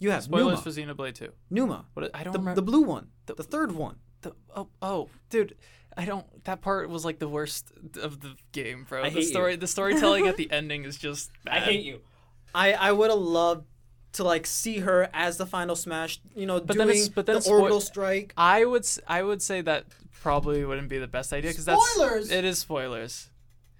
Speaker 2: You have
Speaker 1: spoilers
Speaker 2: Numa.
Speaker 1: for Xenoblade Two.
Speaker 2: Numa.
Speaker 1: What I don't
Speaker 2: The,
Speaker 1: remember.
Speaker 2: the blue one.
Speaker 1: The-
Speaker 2: The, third one.
Speaker 1: The, oh, oh, dude, I don't. That part was like the worst of the game, bro.
Speaker 2: I
Speaker 1: the
Speaker 2: hate you.
Speaker 1: story, the storytelling *laughs* at the ending is just. Bad.
Speaker 5: you.
Speaker 2: I, I would have loved to like see her as the final smash, you know,
Speaker 1: But
Speaker 2: doing
Speaker 1: then it's- but then
Speaker 2: the
Speaker 1: it's spoil-
Speaker 2: orbital strike.
Speaker 1: I would, s- I would say that probably wouldn't be the best idea because that's
Speaker 5: Spoilers!
Speaker 1: It is spoilers.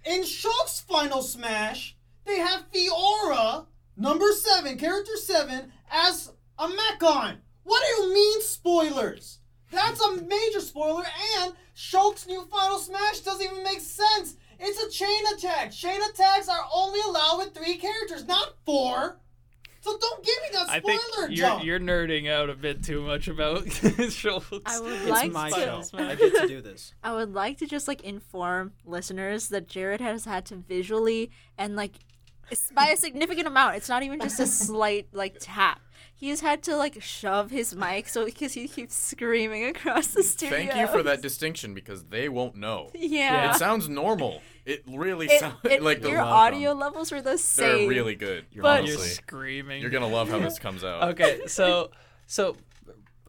Speaker 5: In Shulk's Final Smash, they have Fiora, number 7, character 7, as a Mechon. What do you mean, spoilers? That's a major spoiler, and Shulk's new Final Smash doesn't even make sense. It's a chain attack. Chain attacks are only allowed with three characters, not four. So don't give me that
Speaker 1: I
Speaker 5: spoiler
Speaker 1: think you're
Speaker 5: jump.
Speaker 1: you're nerding out a bit too much about *laughs* Schultz.
Speaker 3: I would
Speaker 2: It's
Speaker 3: like
Speaker 2: my
Speaker 3: to.
Speaker 2: show. *laughs* I get to do this.
Speaker 3: I would like to just like inform listeners that Jared has had to visually and like it's by a significant amount. It's not even just a slight like tap. He has had to like shove his mic so because he keeps screaming across the studio.
Speaker 4: Thank you for that distinction because they won't know.
Speaker 3: Yeah.
Speaker 4: It sounds normal. It really
Speaker 3: It-
Speaker 4: sounds
Speaker 3: it-
Speaker 4: *laughs* like the
Speaker 3: your
Speaker 4: welcome.
Speaker 3: audio levels were the
Speaker 4: They're
Speaker 3: same.
Speaker 4: really good. You're
Speaker 3: But-
Speaker 1: you're
Speaker 4: honestly,
Speaker 1: screaming.
Speaker 4: you're gonna love how this comes out.
Speaker 1: Okay, so so,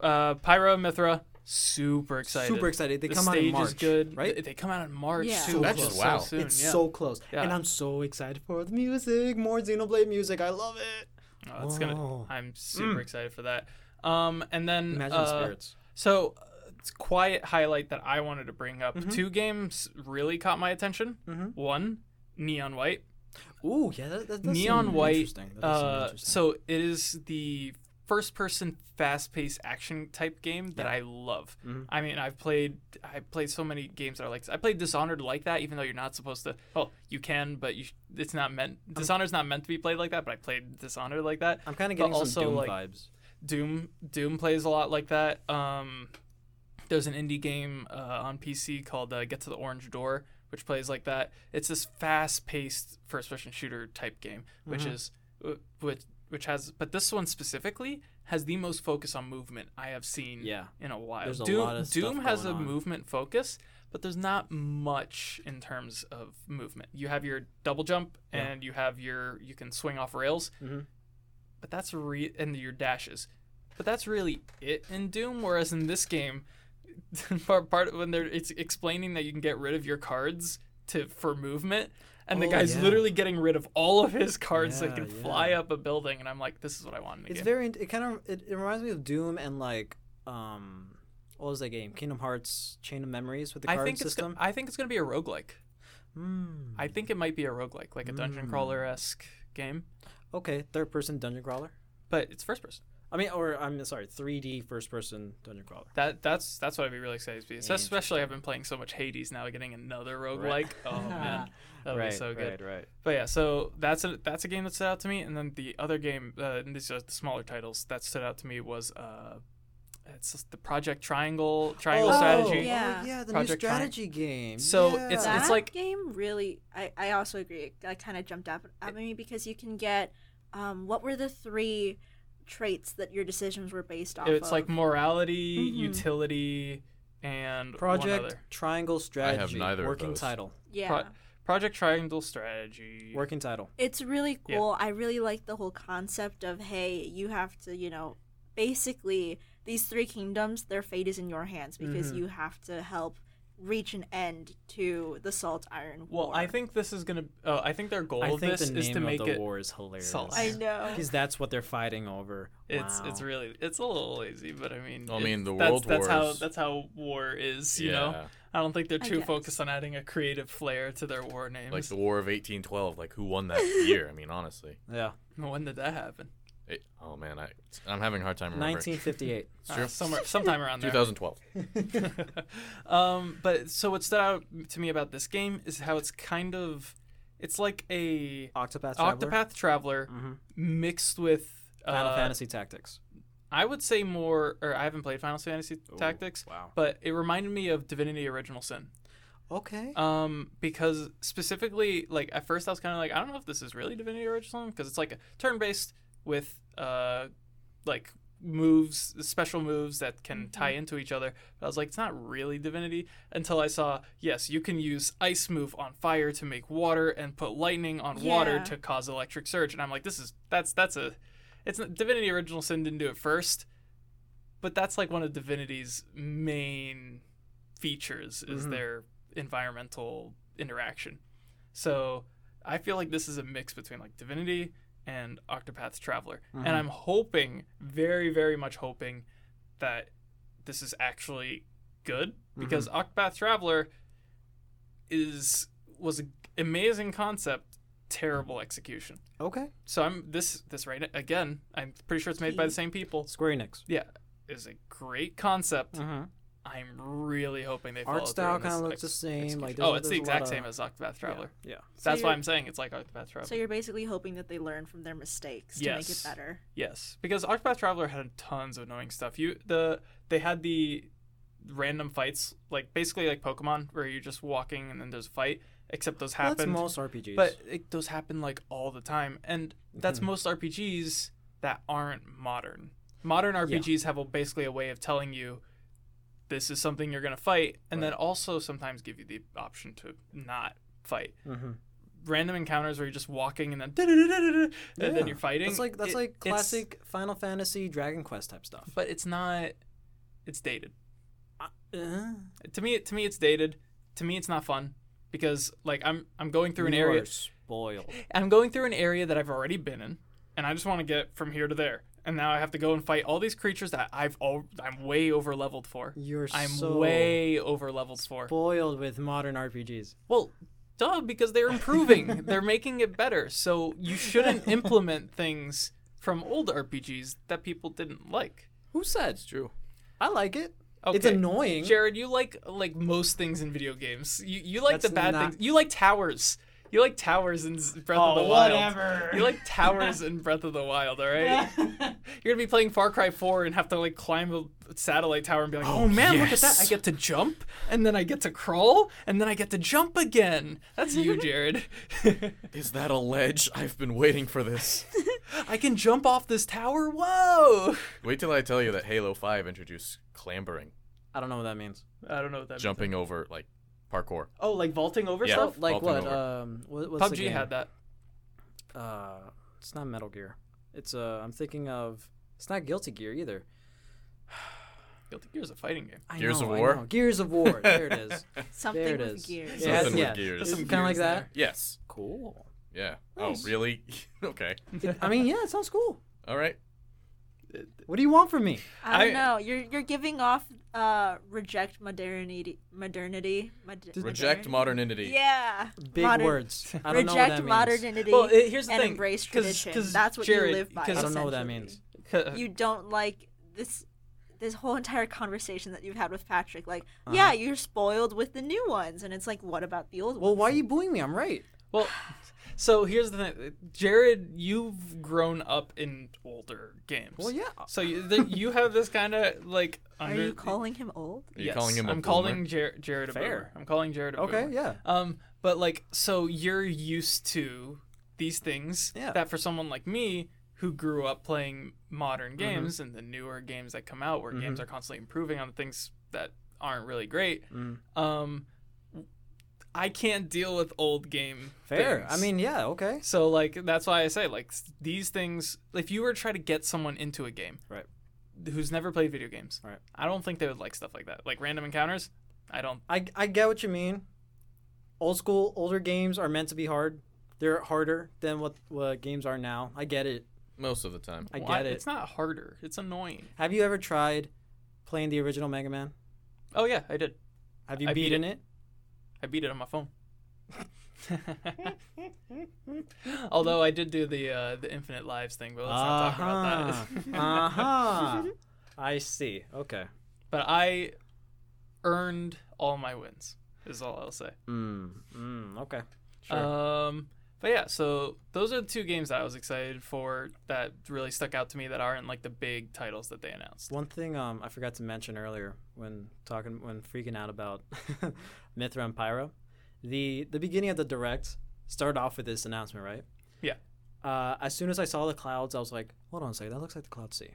Speaker 1: uh, Pyro and Mithra, super excited.
Speaker 2: Super excited. They
Speaker 1: the
Speaker 2: come out
Speaker 1: stage
Speaker 2: in
Speaker 1: is
Speaker 2: March,
Speaker 1: good,
Speaker 2: right?
Speaker 1: They, they come out in March.
Speaker 3: Yeah.
Speaker 1: too.
Speaker 2: So
Speaker 4: That's just
Speaker 1: so
Speaker 4: wow.
Speaker 1: soon,
Speaker 2: it's
Speaker 1: yeah.
Speaker 2: so close.
Speaker 1: Yeah.
Speaker 2: And I'm so excited for the music. More Xenoblade music. I love it.
Speaker 1: Oh, it's gonna.
Speaker 2: Whoa.
Speaker 1: I'm
Speaker 4: Mm.
Speaker 1: super excited for that. Um, and then
Speaker 2: Imagine
Speaker 1: uh,
Speaker 2: the spirits.
Speaker 1: So, uh, it's quiet highlight that I wanted to bring up.
Speaker 2: Mm-hmm.
Speaker 1: Two games really caught my attention. One, Neon White.
Speaker 2: Ooh, yeah, that, that does
Speaker 1: Neon
Speaker 2: seem
Speaker 1: White.
Speaker 2: Interesting. That does seem
Speaker 1: Uh,
Speaker 2: interesting.
Speaker 1: so it is the first-person fast-paced action type game that I love.
Speaker 2: Mm-hmm.
Speaker 1: I mean, I've played I played so many games that are like this. I played Dishonored like that, even though you're not supposed to.
Speaker 2: Oh.
Speaker 1: Well, you can, but you sh- it's not meant. Dishonored's not meant to be played like that. But I played Dishonored like that.
Speaker 2: I'm kind
Speaker 1: but
Speaker 2: of getting
Speaker 1: also,
Speaker 2: some Doom
Speaker 1: like,
Speaker 2: vibes.
Speaker 1: Doom Doom plays a lot like that. Um, there's an indie game uh, on PC called uh, Get to the Orange Door, which plays like that. It's this fast-paced first-person shooter type game, which is wh- which which has but this one specifically has the most focus on movement I have seen
Speaker 2: Yeah.
Speaker 1: in a while.
Speaker 2: There's a
Speaker 1: Doom,
Speaker 2: lot of stuff
Speaker 1: Doom has
Speaker 2: going
Speaker 1: a
Speaker 2: on.
Speaker 1: movement focus, but there's not much in terms of movement. You have your double jump and you have your you can swing off rails,
Speaker 2: Mm-hmm.
Speaker 1: but that's re and your dashes. But that's really it in Doom. Whereas in this game, *laughs* part part when they're it's explaining that you can get rid of your cards to for movement, and the
Speaker 2: Oh,
Speaker 1: guy's
Speaker 2: yeah.
Speaker 1: literally getting rid of all of his cards that
Speaker 2: Yeah,
Speaker 1: can
Speaker 2: yeah.
Speaker 1: fly up a building. And I'm like, this is what I want in a
Speaker 2: It's
Speaker 1: game.
Speaker 2: very. It kind of. It, it reminds me of Doom and like um, what was that game? Kingdom Hearts Chain of Memories with the
Speaker 1: I
Speaker 2: card
Speaker 1: think it's
Speaker 2: system.
Speaker 1: gonna, I think it's gonna be a roguelike.
Speaker 2: Hmm.
Speaker 1: I think it might be a roguelike, like a dungeon crawler esque game,
Speaker 2: Okay, third person dungeon crawler.
Speaker 1: but it's first person.
Speaker 2: I mean, or I'm sorry, 3D first person dungeon crawler.
Speaker 1: That that's that's what I'd be really excited to be. So especially I've been playing so much Hades now, getting another roguelike.
Speaker 2: *laughs*
Speaker 1: Oh man, that would be so good.
Speaker 2: right.
Speaker 1: But yeah, so that's a that's a game that stood out to me, and then the other game, uh, and these are the smaller titles that stood out to me was uh, it's just the Project Triangle Triangle
Speaker 2: oh,
Speaker 1: Strategy.
Speaker 3: yeah.
Speaker 2: Oh, yeah, the
Speaker 1: Project
Speaker 2: new strategy game.
Speaker 1: So
Speaker 2: yeah.
Speaker 1: it's-
Speaker 3: that
Speaker 1: like-
Speaker 3: game really I, I also agree I kind of jumped up at me because you can get um what were the three traits that your decisions were based off
Speaker 1: It's
Speaker 3: of.
Speaker 1: like morality,
Speaker 3: Mhm.
Speaker 1: utility, and one
Speaker 2: Project
Speaker 1: other.
Speaker 2: Triangle Strategy.
Speaker 4: neither of
Speaker 2: Working
Speaker 4: those.
Speaker 2: title.
Speaker 3: yeah.
Speaker 1: Pro- Project Triangle Strategy.
Speaker 2: Working title.
Speaker 3: it's really
Speaker 1: Yeah.
Speaker 3: cool. I really like the whole concept of hey, you have to, you know, basically these three kingdoms, their fate is in your hands because
Speaker 2: Mhm.
Speaker 1: Mm-hmm.
Speaker 3: you have to help reach an end to the Salt Iron War.
Speaker 1: Well, I think this is gonna. Uh, I think their goal
Speaker 2: I
Speaker 1: of
Speaker 2: think
Speaker 1: this
Speaker 2: the
Speaker 1: is
Speaker 2: name
Speaker 1: to make
Speaker 2: of the
Speaker 1: it.
Speaker 2: war is hilarious.
Speaker 1: solid.
Speaker 3: I
Speaker 2: *laughs*
Speaker 3: know.
Speaker 2: Because that's what they're fighting over.
Speaker 1: It's
Speaker 2: Wow.
Speaker 1: it's really it's a little lazy, but I mean.
Speaker 4: I
Speaker 1: it-
Speaker 4: mean, the
Speaker 1: that's,
Speaker 4: world
Speaker 1: that's how
Speaker 4: wars-
Speaker 1: that's how war is. You
Speaker 4: yeah.
Speaker 1: know, I don't think they're
Speaker 3: I
Speaker 1: too
Speaker 3: guess.
Speaker 1: focused on adding a creative flair to their war names.
Speaker 4: Like the War of 1812, like who won that year? I mean, honestly.
Speaker 2: yeah.
Speaker 1: *laughs* when did that happen?
Speaker 4: It- oh man, I I'm having a hard time remembering.
Speaker 1: *laughs*
Speaker 2: 1958.
Speaker 4: It's true.
Speaker 1: Uh, somewhere, sometime around there.
Speaker 4: 2012.
Speaker 1: *laughs* um, but so what stood out to me about this game is how it's kind of, it's like a
Speaker 2: Octopath Traveler.
Speaker 1: Octopath Traveler
Speaker 2: Mm-hmm.
Speaker 1: mixed with
Speaker 2: Final
Speaker 1: uh,
Speaker 2: Fantasy Tactics.
Speaker 1: I would say more, or I haven't played Final Fantasy Tactics,
Speaker 2: Wow.
Speaker 1: but it reminded me of Divinity: Original Sin.
Speaker 2: Okay.
Speaker 1: Um, because specifically, like at first I was kind of like, I don't know if this is really Divinity Original because it's like a turn-based with uh, like moves, special moves that can tie into each other. But I was like, it's not really Divinity until I saw, yes, you can use ice move on fire to make water and put lightning on water
Speaker 3: Yeah.
Speaker 1: to cause electric surge, and I'm like, this is that's that's a, it's not, Divinity Original Sin didn't do it first, but that's like one of Divinity's main features is
Speaker 2: Mhm.
Speaker 1: their environmental interaction. So I feel like this is a mix between like Divinity and Octopath Traveler. And I'm hoping, very, very much hoping that this is actually good because Octopath Traveler is was an amazing concept, terrible execution.
Speaker 2: Okay.
Speaker 1: So I'm this this right again, I'm pretty sure it's made by the same people.
Speaker 2: Square Enix.
Speaker 1: Yeah, is a great concept.
Speaker 2: Mm-hmm.
Speaker 1: I'm really hoping they follow
Speaker 2: Art style
Speaker 1: kind of
Speaker 2: looks the same. Like
Speaker 1: oh,
Speaker 2: there's-
Speaker 1: it's
Speaker 2: there's
Speaker 1: the
Speaker 2: a
Speaker 1: exact
Speaker 2: lot
Speaker 1: same
Speaker 2: of-
Speaker 1: as Octopath Traveler.
Speaker 2: Yeah.
Speaker 3: So
Speaker 1: That's why
Speaker 3: you're-
Speaker 1: I'm saying it's like Octopath Traveler.
Speaker 3: So you're basically hoping that they learn from their mistakes to make
Speaker 1: Yes.
Speaker 3: it better.
Speaker 1: yes, because Octopath Traveler had tons of annoying stuff. You the they had the random fights, like basically like Pokemon, where you're just walking and then there's a fight. Except those
Speaker 2: Well, that's
Speaker 1: happened,
Speaker 2: most RPGs.
Speaker 1: but it, those happen like all the time, and that's
Speaker 2: Mhm.
Speaker 1: most RPGs that aren't modern. Modern RPGs have a, basically a way of telling you this is something you're gonna fight, and then
Speaker 2: Right.
Speaker 1: also sometimes give you the option to not fight.
Speaker 2: mm-hmm.
Speaker 1: random encounters where you're just walking and then and
Speaker 2: Yeah.
Speaker 1: then you're fighting.
Speaker 2: that's like that's
Speaker 1: It-
Speaker 2: like
Speaker 1: it's-
Speaker 2: classic Final Fantasy, Dragon Quest type stuff.
Speaker 1: but it's not. It's dated.
Speaker 2: Uh,
Speaker 1: To me, to me, it's dated. To me, it's not fun because like I'm I'm going through an
Speaker 2: you
Speaker 1: area.
Speaker 2: are spoiled.
Speaker 1: I'm going through an area that I've already been in, and I just want to get from here to there. And now I have to go and fight all these creatures that I've all I'm way over leveled for.
Speaker 2: You're
Speaker 1: I'm
Speaker 2: so
Speaker 1: way over leveled for.
Speaker 2: spoiled with modern RPGs.
Speaker 1: Well, duh, because they're improving. *laughs* they're making it better. So you shouldn't
Speaker 2: *laughs*
Speaker 1: implement things from old RPGs that people didn't like.
Speaker 2: Who said?
Speaker 4: It's true.
Speaker 2: I like it.
Speaker 1: Okay.
Speaker 2: It's annoying.
Speaker 1: Jared, you like like most things in video games. You you like the
Speaker 2: That's
Speaker 1: bad
Speaker 2: not-
Speaker 1: things. You like towers. You like towers in Z- Breath of
Speaker 5: Oh,
Speaker 1: the Wild.
Speaker 5: whatever.
Speaker 1: You like towers in Breath of the Wild, all *laughs* right? You're gonna be playing Far Cry 4 and have to like climb a satellite tower and be like, "Oh, man, look at that!
Speaker 4: yes.
Speaker 1: I get to jump, and then I get to crawl, and then I get to jump again." That's *laughs* you, Jared.
Speaker 4: Is that a ledge? I've been waiting for this. *laughs*
Speaker 1: I can jump off this tower. Whoa!
Speaker 4: Wait till I tell you that Halo 5 introduced clambering,
Speaker 2: I don't know what that means.
Speaker 1: I don't know what that. means.
Speaker 4: jumping over like parkour.
Speaker 1: Oh, like vaulting over
Speaker 4: Yeah.
Speaker 1: stuff.
Speaker 2: Like what?
Speaker 4: Vaulting over.
Speaker 2: Um, what, what's the
Speaker 1: PUBG
Speaker 2: game?
Speaker 1: had that.
Speaker 2: uh it's not Metal Gear. It's uh I'm thinking of it's not Guilty Gear either.
Speaker 1: Guilty Gear's a fighting game.
Speaker 2: I
Speaker 4: Gears
Speaker 2: know,
Speaker 4: of
Speaker 2: I
Speaker 4: War?
Speaker 2: know. Gears of War. There it is.
Speaker 3: Something
Speaker 2: there it
Speaker 3: with
Speaker 2: is.
Speaker 3: gears.
Speaker 2: Yeah,
Speaker 4: Something
Speaker 2: yeah.
Speaker 4: with gears.
Speaker 2: It's
Speaker 4: There's
Speaker 1: some
Speaker 2: kind of like
Speaker 1: gears
Speaker 2: that.
Speaker 1: there.
Speaker 4: Yes.
Speaker 2: Cool.
Speaker 4: Yeah.
Speaker 2: Nice.
Speaker 4: Oh, really? *laughs* okay.
Speaker 2: I mean, yeah, it sounds cool.
Speaker 4: All right.
Speaker 2: What do you want from me?
Speaker 3: I don't
Speaker 4: I-
Speaker 3: know. You're you're giving off uh reject modernity modernity. Mod-
Speaker 4: Reject
Speaker 3: modernity.
Speaker 4: modernity.
Speaker 3: Yeah.
Speaker 2: Big
Speaker 3: Modern-
Speaker 2: words. I don't know what that
Speaker 3: Reject
Speaker 2: means.
Speaker 3: modernity
Speaker 1: Well, it- here's the
Speaker 3: and
Speaker 1: thing,
Speaker 3: embrace
Speaker 1: 'cause-
Speaker 3: tradition.
Speaker 1: 'cause
Speaker 3: That's what
Speaker 1: Jared,
Speaker 3: you live by.
Speaker 1: 'cause-
Speaker 2: I don't know what that
Speaker 3: essentially.
Speaker 1: *laughs*
Speaker 2: means.
Speaker 3: You don't like this this whole entire conversation that you've had with Patrick. Like,
Speaker 2: Uh-huh.
Speaker 3: yeah, you're spoiled with the new ones, and it's like, what about the old
Speaker 2: Well,
Speaker 3: ones?
Speaker 2: why are you booing me? I'm right.
Speaker 1: Well, so here's the thing, Jared. You've grown up in older games.
Speaker 2: Well, yeah.
Speaker 1: So you th- you have this kind of like.
Speaker 3: Are
Speaker 1: under-
Speaker 3: you calling him old? *laughs*
Speaker 4: Are you
Speaker 1: Yes,
Speaker 4: calling him a
Speaker 1: I'm
Speaker 4: boomer?
Speaker 1: calling Jer- Jared a
Speaker 2: Fair.
Speaker 1: boomer. I'm calling Jared a
Speaker 2: Okay,
Speaker 1: boomer.
Speaker 2: yeah.
Speaker 1: Um, but like, so you're used to these things
Speaker 2: Yeah.
Speaker 1: that for someone like me who grew up playing modern
Speaker 2: Mm-hmm.
Speaker 1: games and the newer games that come out where games are constantly improving on things that aren't really great.
Speaker 2: Mm.
Speaker 1: Um, I can't deal with old game.
Speaker 2: Fair.
Speaker 1: things.
Speaker 2: I mean, yeah, okay.
Speaker 1: So like that's why I say like s- these things. If you were to try to get someone into a game,
Speaker 2: Right.
Speaker 1: who's never played video games,
Speaker 2: Right.
Speaker 1: I don't think they would like stuff like that. Like random encounters, I don't.
Speaker 2: I I get what you mean. Old school, older games are meant to be hard. They're harder than what, what games are now. I get it.
Speaker 4: most of the time.
Speaker 2: I
Speaker 1: why-
Speaker 2: get it.
Speaker 1: It's not harder. It's annoying.
Speaker 2: Have you ever tried playing the original Mega Man?
Speaker 1: Oh yeah, I did.
Speaker 2: Have you
Speaker 1: I beat
Speaker 2: beaten it?
Speaker 1: I beat it on my phone. *laughs* Although I did do the uh, the infinite lives thing, but let's not talk about that. *laughs*
Speaker 2: uh huh. I see. Okay.
Speaker 1: but I earned all my wins. Is all I'll say.
Speaker 2: Mm. Mm, okay. Sure.
Speaker 1: Um, but yeah, so those are the two games that I was excited for that really stuck out to me that aren't like the big titles that they announced.
Speaker 2: One thing um, I forgot to mention earlier when talking when freaking out about *laughs* Mithra and Pyro, the the beginning of the direct started off with this announcement, right?
Speaker 1: Yeah.
Speaker 2: Uh, as soon as I saw the clouds, I was like, "Hold on a second, that looks like the Cloud Sea."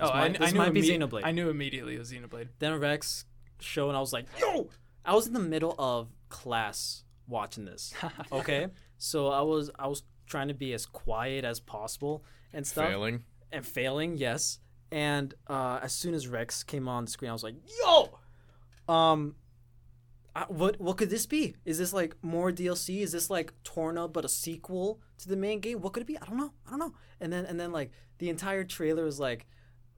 Speaker 1: oh, I,
Speaker 2: might-
Speaker 1: I
Speaker 2: this
Speaker 1: knew
Speaker 2: might be
Speaker 1: imme-
Speaker 2: Xenoblade.
Speaker 1: I knew immediately it was Xenoblade.
Speaker 2: Then a Rex show, and I was like, "Yo!" I was in the middle of class watching this. Okay, so I was I was trying to be as quiet as possible and stuff.
Speaker 4: Failing.
Speaker 2: and failing, yes. And uh, as soon as Rex came on the screen, I was like, "Yo, um, I, what what could this be? Is this like more DLC? Is this like Torna but a sequel to the main game? What could it be? I don't know. I don't know." And then and then like the entire trailer was like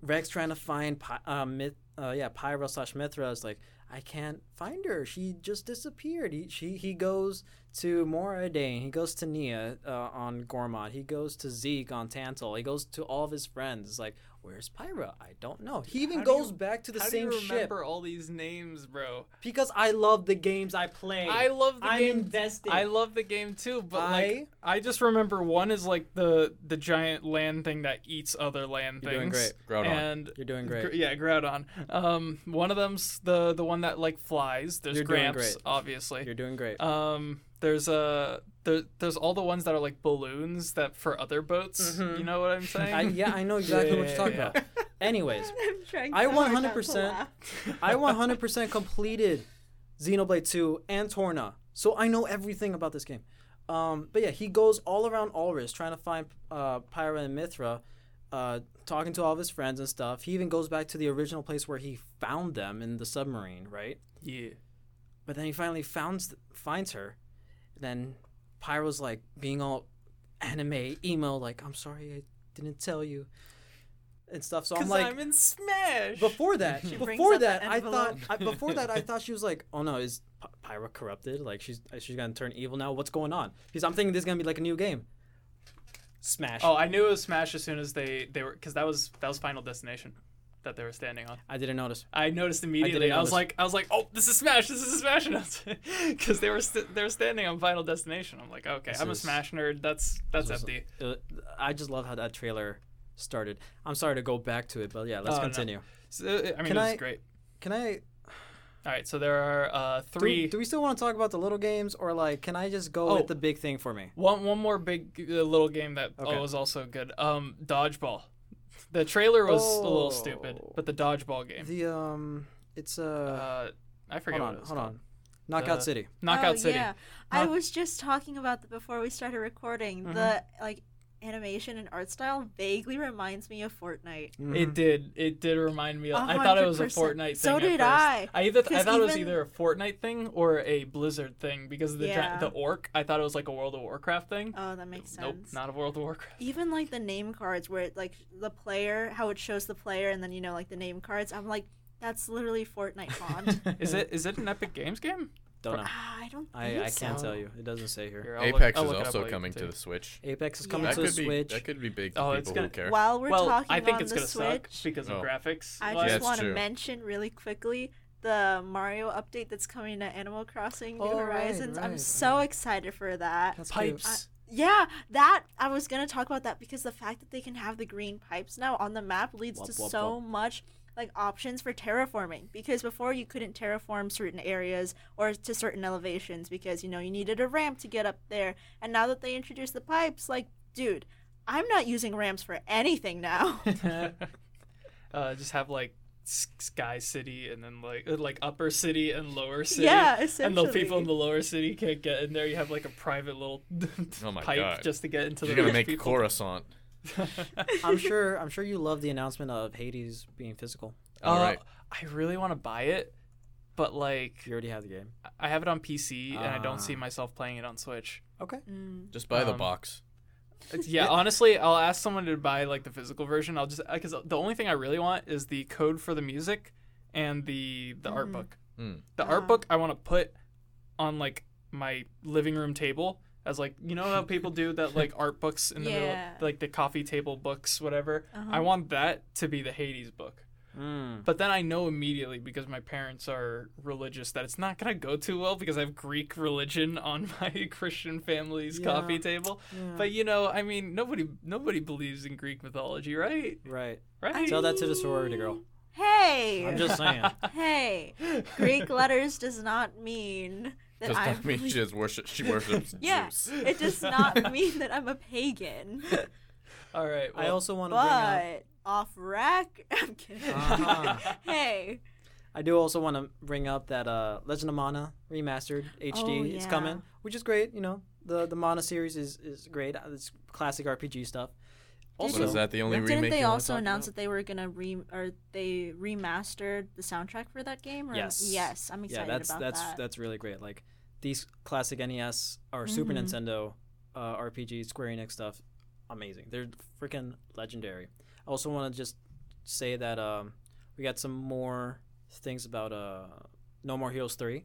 Speaker 2: Rex trying to find Py- uh, Myth, uh, yeah, Pyro slash Mithra is like, I can't find her. She just disappeared. He she he goes to Moradane. He goes to Nia uh, on Gormod. He goes to Zeke on Tantal. He goes to all of his friends. It's like, where's Pyra? I don't know. He even
Speaker 1: How do
Speaker 2: goes
Speaker 1: you-
Speaker 2: back to the
Speaker 1: How
Speaker 2: same
Speaker 1: do you
Speaker 2: ship
Speaker 1: remember all these names, bro?
Speaker 2: because I love the games I play.
Speaker 1: I love the
Speaker 2: I'm
Speaker 1: game.
Speaker 2: invested.
Speaker 1: I love the game too, but
Speaker 2: I-
Speaker 1: like I just remember one is like the the giant land thing that eats other land
Speaker 2: You're doing
Speaker 1: things.
Speaker 4: great. Groudon.
Speaker 1: And
Speaker 2: You're doing great.
Speaker 1: Gr- Yeah, Groudon. Um, one of them's the the one that like flies. There's
Speaker 2: You're doing
Speaker 1: Gramps,
Speaker 2: great.
Speaker 1: obviously.
Speaker 2: You're doing great.
Speaker 1: Um, there's uh, there, there's all the ones that are like balloons that for other boats. You know what I'm saying?
Speaker 2: Mm-hmm. *laughs* I, yeah, I know exactly what
Speaker 1: yeah,
Speaker 2: you're talking
Speaker 1: yeah.
Speaker 2: about. Anyways,
Speaker 3: I'm trying
Speaker 2: I
Speaker 3: so hard not to
Speaker 2: 100%
Speaker 3: laugh.
Speaker 2: I 100% completed Xenoblade 2 and Torna, so I know everything about this game. Um, but yeah, he goes all around Alris trying to find uh, Pyra and Mithra, uh, talking to all of his friends and stuff. He even goes back to the original place where he found them in the submarine, right?
Speaker 1: yeah.
Speaker 2: But then he finally founds, finds her. Then Pyro's like being all anime, emo, like, I'm sorry I didn't tell you, and stuff. So I'm
Speaker 1: Cause
Speaker 2: like,
Speaker 1: I'm in Smash.
Speaker 2: before that,
Speaker 3: brings
Speaker 2: before
Speaker 3: up the
Speaker 2: that, I thought
Speaker 3: envelope.
Speaker 2: I,
Speaker 1: *laughs*
Speaker 2: before that I thought she was like, oh no, is P- Pyra corrupted? Like she's she's gonna turn evil now? What's going on? Because I'm thinking this is gonna be like a new game. Smash.
Speaker 1: oh, I knew it was Smash as soon as they they were because that was that was Final Destination that they were standing on.
Speaker 2: I didn't notice.
Speaker 1: I noticed immediately. I, was
Speaker 2: notice.
Speaker 1: like, I was like, oh, this is Smash. This is Smash *laughs* because they were st- they were standing on Final Destination. I'm like, okay, I'm a
Speaker 2: is-
Speaker 1: Smash nerd. That's that's
Speaker 2: Just-
Speaker 1: empty.
Speaker 2: uh, I just love how that trailer started. I'm sorry to go back to it, but yeah, let's
Speaker 1: Oh, no.
Speaker 2: continue.
Speaker 1: So, I mean,
Speaker 2: Can
Speaker 1: it was
Speaker 2: I-
Speaker 1: great.
Speaker 2: Can I?
Speaker 1: All right, so there are uh,
Speaker 2: Do we,
Speaker 1: three.
Speaker 2: do we still want to talk about the little games, or like, can I just go
Speaker 1: Oh.
Speaker 2: with the big thing for me?
Speaker 1: One one more big uh, little game that
Speaker 2: Okay.
Speaker 1: oh, was also good. Um, dodgeball. The trailer was a little stupid,
Speaker 2: Oh.
Speaker 1: but the dodgeball game.
Speaker 2: The um, it's uh,
Speaker 1: Uh, I forget
Speaker 2: hold
Speaker 1: what
Speaker 2: on,
Speaker 1: it was
Speaker 2: hold
Speaker 1: called.
Speaker 2: on, Knockout
Speaker 1: The-
Speaker 2: City.
Speaker 1: Knockout
Speaker 3: Oh,
Speaker 1: City.
Speaker 3: Yeah. I was just talking about the, before we started recording.
Speaker 2: Mm-hmm.
Speaker 3: The like animation and art style vaguely reminds me of Fortnite.
Speaker 1: It did. It did remind me. Of, I thought it was a
Speaker 3: 100%.
Speaker 1: Fortnite thing.
Speaker 3: So
Speaker 1: at
Speaker 3: did
Speaker 1: first.
Speaker 3: I,
Speaker 1: I either I
Speaker 3: 'cause
Speaker 1: thought it was
Speaker 3: even-
Speaker 1: either a Fortnite thing or a Blizzard thing because of the gi-
Speaker 3: Yeah.
Speaker 1: the orc. I thought it was like a World of Warcraft thing.
Speaker 3: Oh, that makes sense.
Speaker 1: nope, not a World of Warcraft.
Speaker 3: Even like the name cards, where it, like the player, how it shows the player, and then you know like the name cards. I'm like, that's
Speaker 2: *laughs*
Speaker 3: literally Fortnite font.
Speaker 1: *laughs* Is it is it an Epic Games game?
Speaker 2: Mm-hmm. Don't know.
Speaker 3: Ah, I don't.
Speaker 2: I,
Speaker 3: think
Speaker 2: I can't
Speaker 3: so.
Speaker 1: um,
Speaker 2: tell you. It doesn't say here.
Speaker 1: Here, I'll look-
Speaker 4: Apex
Speaker 1: I'll
Speaker 4: is
Speaker 1: look it up
Speaker 4: also
Speaker 1: while you
Speaker 4: coming to
Speaker 1: continue.
Speaker 4: the Switch.
Speaker 2: Apex is
Speaker 3: Yeah.
Speaker 2: coming
Speaker 4: That
Speaker 2: to the
Speaker 4: could be
Speaker 2: Switch.
Speaker 4: that could be big to
Speaker 1: Oh,
Speaker 4: people
Speaker 1: it's
Speaker 4: who
Speaker 1: gonna-
Speaker 4: care.
Speaker 3: While we're
Speaker 1: Well,
Speaker 3: talking
Speaker 1: I think
Speaker 3: on
Speaker 1: it's
Speaker 3: the
Speaker 1: gonna
Speaker 3: Switch,
Speaker 1: suck because of
Speaker 4: Oh.
Speaker 1: graphics.
Speaker 3: I
Speaker 1: Like-
Speaker 3: just
Speaker 4: That's
Speaker 3: want to
Speaker 4: true.
Speaker 3: mention really quickly the Mario update that's coming to Animal Crossing New
Speaker 2: Oh, right,
Speaker 3: Horizons. I'm
Speaker 2: right,
Speaker 3: so excited for that.
Speaker 2: That's cute.
Speaker 1: pipes.
Speaker 3: Yeah, that I was gonna talk about that because the fact that they can have the green pipes now on the map leads to
Speaker 2: Wop, wop,
Speaker 3: so much like options for terraforming because before you couldn't terraform certain areas or to certain elevations because you know you needed a ramp to get up there and now that they introduced the pipes like dude I'm not using ramps for
Speaker 2: *laughs*
Speaker 3: anything now.
Speaker 1: *laughs* uh, just have like s- Sky City and then like uh, like Upper City and Lower City.
Speaker 3: yeah,
Speaker 1: And
Speaker 3: essentially.
Speaker 1: the people in the lower city can't get in there. You have like a private little *laughs*
Speaker 4: Oh my
Speaker 1: pipe
Speaker 4: God.
Speaker 1: just to get into
Speaker 4: You're
Speaker 1: the
Speaker 4: gonna
Speaker 1: rich
Speaker 4: make
Speaker 1: people.
Speaker 4: Coruscant.
Speaker 1: *laughs*
Speaker 2: I'm sure. I'm sure you love the announcement of Hades being physical.
Speaker 4: All
Speaker 1: Uh,
Speaker 4: right.
Speaker 1: I really want to buy it, but like
Speaker 2: You already have the game.
Speaker 1: I have it on PC and I don't see
Speaker 2: Ah.
Speaker 1: myself playing it on Switch.
Speaker 2: Okay.
Speaker 3: Mm.
Speaker 4: Just buy the
Speaker 1: um,
Speaker 4: box.
Speaker 1: It's- Yeah, honestly, I'll ask someone to buy like the physical version. I'll just because the only thing I really want is the code for the music and the the art
Speaker 3: Mhm.
Speaker 1: book.
Speaker 4: Mm.
Speaker 1: The
Speaker 3: Ah.
Speaker 1: art book I want to put on like my living room table as like you know how people do that
Speaker 3: *laughs*
Speaker 1: like art books in the
Speaker 3: Yeah.
Speaker 1: middle like the coffee table books whatever.
Speaker 3: Uh-huh.
Speaker 1: I want that to be the Hades book.
Speaker 2: Mm.
Speaker 1: But then I know immediately because my parents are religious that it's not gonna go too well because I have Greek religion on *laughs* my Christian family's
Speaker 2: Yeah.
Speaker 1: coffee table.
Speaker 2: Yeah.
Speaker 1: But you know, I mean, nobody nobody believes in Greek mythology, right?
Speaker 2: right.
Speaker 1: Right?
Speaker 2: Tell that to the sorority girl.
Speaker 3: uh-huh. Hey.
Speaker 2: I'm just
Speaker 1: *laughs*
Speaker 2: saying.
Speaker 3: hey. Greek letters does not mean that
Speaker 4: Does
Speaker 3: I'm.
Speaker 4: that mean she just
Speaker 1: *laughs*
Speaker 4: worship? She worships
Speaker 3: yeah,
Speaker 4: Zeus.
Speaker 3: it
Speaker 2: *laughs*
Speaker 3: does not mean that I'm a pagan.
Speaker 1: All right.
Speaker 2: I
Speaker 1: well,
Speaker 2: also want to bring up.
Speaker 3: But off rack, *laughs* I'm kidding.
Speaker 2: Uh-huh.
Speaker 3: *laughs* hey,
Speaker 2: I do also want to bring up that uh, Legend of Mana remastered HD.
Speaker 3: Oh,
Speaker 2: It's
Speaker 3: yeah.
Speaker 2: coming, which is great. You know, the the Mana series is is great. Uh, It's classic RPG stuff.
Speaker 4: But
Speaker 2: Also,
Speaker 4: is that the only remake?
Speaker 3: didn't they
Speaker 4: you wanna
Speaker 3: also
Speaker 4: talk
Speaker 3: announce
Speaker 4: about?
Speaker 3: that they were gonna re or they remastered the soundtrack for that game? Or
Speaker 2: Yes.
Speaker 3: yes, I'm
Speaker 2: yeah,
Speaker 3: excited
Speaker 2: that's
Speaker 3: about
Speaker 2: that's
Speaker 3: that.
Speaker 2: that's really great. Like these classic NES or Super
Speaker 3: Mhm.
Speaker 2: Nintendo uh, RPG Square Enix stuff, amazing. They're freaking legendary. I also want to just say that um, we got some more things about uh, No More Heroes three.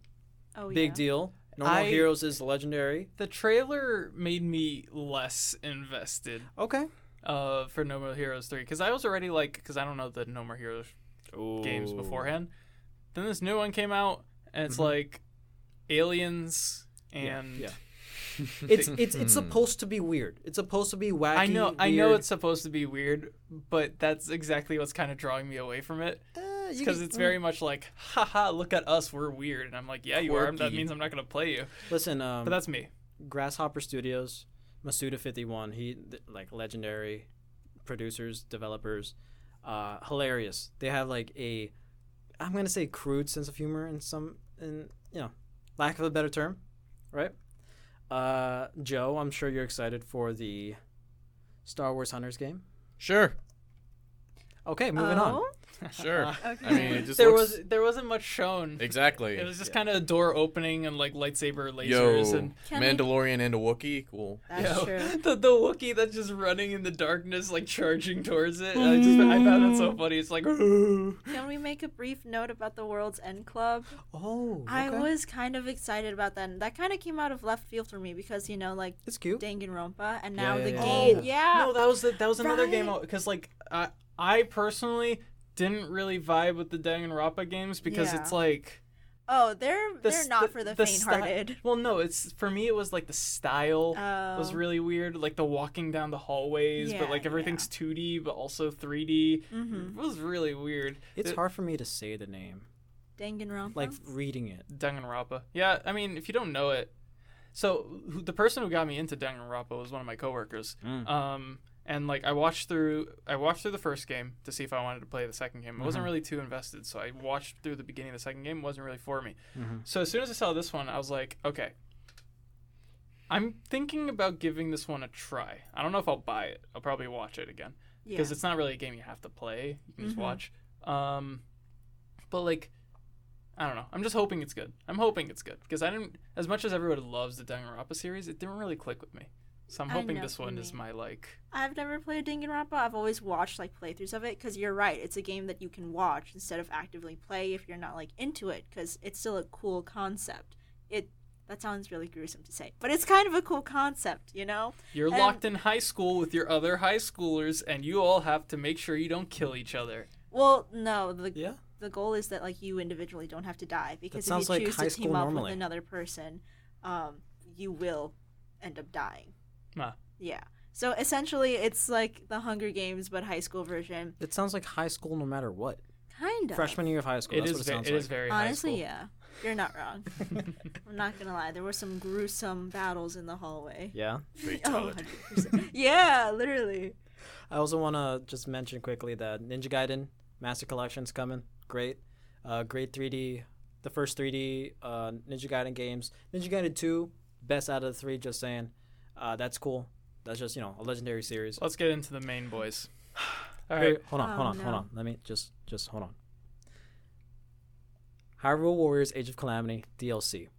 Speaker 3: oh,
Speaker 2: Big
Speaker 3: yeah.
Speaker 2: deal. No More
Speaker 1: I-
Speaker 2: Heroes is legendary.
Speaker 1: the trailer made me less invested
Speaker 2: Okay.
Speaker 1: uh, for No More Heroes 3 because I was already like because I don't know the No More Heroes games beforehand. Then this new one came out and it's
Speaker 2: Mhm.
Speaker 1: like aliens
Speaker 2: Yeah,
Speaker 1: and
Speaker 2: yeah.
Speaker 1: *laughs*
Speaker 2: It's it's it's
Speaker 4: Hmm.
Speaker 2: supposed to be weird. It's supposed to be wacky.
Speaker 1: I know I know
Speaker 2: weird.
Speaker 1: it's supposed to be weird, but that's exactly what's kind of drawing me away from it.
Speaker 2: Eh, you
Speaker 1: because
Speaker 2: can-
Speaker 1: it's very much like, haha, look at us, we're weird, and I'm like, yeah, you are. That
Speaker 4: Quirky.
Speaker 1: means I'm not gonna play you.
Speaker 2: Listen, um,
Speaker 1: But that's me.
Speaker 2: Grasshopper Studios, Masuda Fifty One. He th- like legendary producers, developers. Uh, hilarious. They have like a, I'm gonna say crude sense of humor in some, in you know, lack of a better term, right? Uh, Joe, I'm sure you're excited for the Star Wars Hunters game.
Speaker 4: *laughs* Sure,
Speaker 2: Okay, moving on.
Speaker 3: Oh?
Speaker 1: *laughs*
Speaker 4: sure.
Speaker 3: Okay.
Speaker 4: I mean, it just
Speaker 1: There
Speaker 4: looks
Speaker 1: was there wasn't much shown.
Speaker 4: exactly.
Speaker 1: It was just kind of a door opening and like lightsaber lasers
Speaker 4: Yo,
Speaker 1: and *laughs*
Speaker 3: Can they-
Speaker 4: Mandalorian and a Wookiee equal.
Speaker 3: That's
Speaker 1: Yo,
Speaker 2: *laughs*
Speaker 3: true.
Speaker 1: the the Wookiee that's just running in the darkness, like charging towards it. I just I found *laughs* that so funny. It's like
Speaker 3: Can we make a brief note about the World's End Club?
Speaker 2: Oh, okay.
Speaker 3: I was kind of excited about that. and That kind of came out of left field for me because you know, like
Speaker 2: It's cute.
Speaker 3: Danganronpa, and
Speaker 2: Yeah,
Speaker 3: now
Speaker 2: yeah,
Speaker 3: the
Speaker 2: yeah.
Speaker 3: game.
Speaker 2: Oh,
Speaker 3: yeah.
Speaker 1: no, that was the, that was another game
Speaker 3: Right.
Speaker 1: because like I I personally didn't really vibe with the Danganronpa games because
Speaker 3: Yeah.
Speaker 1: it's like.
Speaker 3: oh, they're
Speaker 1: the
Speaker 3: they're
Speaker 1: st-
Speaker 3: not for the,
Speaker 1: the sti-
Speaker 3: faint-hearted.
Speaker 1: Well, no, it's for me. It was like the style was
Speaker 3: Oh.
Speaker 1: really weird, like the walking down the hallways,
Speaker 3: Yeah,
Speaker 1: but like everything's 2D, but also 3D.
Speaker 3: Mhm.
Speaker 1: It was really weird.
Speaker 2: It's
Speaker 1: It-
Speaker 2: hard for me to say the name,
Speaker 3: Danganronpa.
Speaker 2: like reading it.
Speaker 1: Danganronpa. Yeah, I mean, if you don't know it, so who, the person who got me into Danganronpa was one of my coworkers.
Speaker 2: Mm.
Speaker 1: Um, and like I watched through, I watched through the first game to see if I wanted to play the second game. I wasn't really too invested, so I watched through the beginning of the second game. It wasn't really for me.
Speaker 2: Mhm.
Speaker 1: So as soon as I saw this one, I was like, okay. I'm thinking about giving this one a try. I don't know if I'll buy it. I'll probably watch it again
Speaker 3: yeah.
Speaker 1: because it's not really a game you have to play. You can just
Speaker 3: Mhm.
Speaker 1: watch. Um, but like, I don't know. I'm just hoping it's good. I'm hoping it's good because I didn't. As much as everyone loves the Danganronpa series, it didn't really click with me. So I'm
Speaker 3: I
Speaker 1: hoping
Speaker 3: know
Speaker 1: this
Speaker 3: what
Speaker 1: one
Speaker 3: you
Speaker 1: is
Speaker 3: mean.
Speaker 1: my like.
Speaker 3: I've never played Danganronpa. I've always watched like playthroughs of it because you're right. It's a game that you can watch instead of actively play if you're not like into it because it's still a cool concept. It that sounds really gruesome to say, but it's kind of a cool concept, you know.
Speaker 1: You're
Speaker 3: And-
Speaker 1: locked in high school with your other high schoolers, and you all have to make sure you don't kill each other.
Speaker 3: Well, no, the
Speaker 2: Yeah.
Speaker 3: the goal is that like you individually don't have to die because if
Speaker 2: sounds like
Speaker 3: you choose
Speaker 2: high
Speaker 3: to
Speaker 2: school
Speaker 3: team up
Speaker 2: normally.
Speaker 3: with another person, um, you will end up dying.
Speaker 1: Ah.
Speaker 3: Yeah. So essentially, it's like the Hunger Games but high school version,
Speaker 2: It sounds like high school no matter what.
Speaker 3: kind of.
Speaker 2: Freshman year of high school.
Speaker 1: It
Speaker 2: that's
Speaker 1: is.
Speaker 2: what it
Speaker 1: ve-
Speaker 2: sounds
Speaker 1: it
Speaker 2: like.
Speaker 1: is very high
Speaker 3: Honestly,
Speaker 1: school.
Speaker 3: yeah. You're not wrong. I'm not gonna lie. There were some gruesome battles in the hallway.
Speaker 2: Yeah.
Speaker 1: *laughs*
Speaker 3: Oh, 100%. yeah, literally.
Speaker 2: I also want to just mention quickly that Ninja Gaiden Master Collection's coming. Great. Uh, great 3D. The first 3D uh, Ninja Gaiden games. Ninja Gaiden 2, best out of the three, just saying. Uh, that's cool. That's just, you know, a legendary series.
Speaker 1: Let's get into the main boys. *sighs* All
Speaker 2: Wait,
Speaker 1: right.
Speaker 2: hold on, hold
Speaker 3: Oh,
Speaker 2: on, hold
Speaker 3: no.
Speaker 2: on. Let me just, just hold on. Hyrule Warriors Age of Calamity DLC.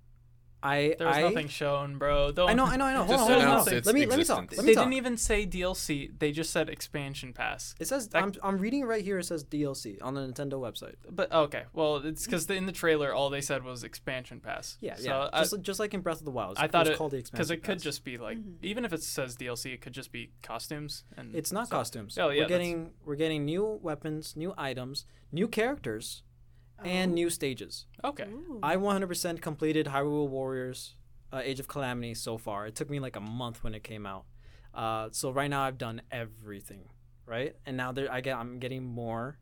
Speaker 2: I,
Speaker 1: There was
Speaker 2: I,
Speaker 1: nothing shown, bro. Don't, *laughs*
Speaker 2: I know, I know, I know. Hold
Speaker 4: Just
Speaker 2: on, hold on,
Speaker 4: announced
Speaker 2: hold on.
Speaker 4: its
Speaker 2: Let me, let me talk.
Speaker 4: existence.
Speaker 2: Let me
Speaker 1: they
Speaker 2: talk.
Speaker 1: didn't even say DLC. They just said expansion pass.
Speaker 2: It says
Speaker 1: That-
Speaker 2: I'm, I'm reading it right here. It says DLC on the Nintendo website.
Speaker 1: But okay, well, it's because in the trailer all they said was expansion pass.
Speaker 2: Yeah,
Speaker 1: so
Speaker 2: yeah.
Speaker 1: I,
Speaker 2: just, just like in Breath of the Wild.
Speaker 1: I thought
Speaker 2: it's
Speaker 1: it
Speaker 2: called the
Speaker 1: because
Speaker 2: expansion
Speaker 1: it could
Speaker 2: pass.
Speaker 1: just be like
Speaker 2: Mm-hmm.
Speaker 1: even if it says DLC, it could just be costumes and
Speaker 2: It's not costumes.
Speaker 1: Oh, yeah, that's-
Speaker 2: we're getting we're getting new weapons, new items, new characters, and
Speaker 3: Oh.
Speaker 2: new stages.
Speaker 1: okay.
Speaker 2: I 100% completed Hyrule Warriors uh, Age of Calamity so far. It took me like a month when it came out. Uh, so right now I've done everything, right? And now there I get I'm getting more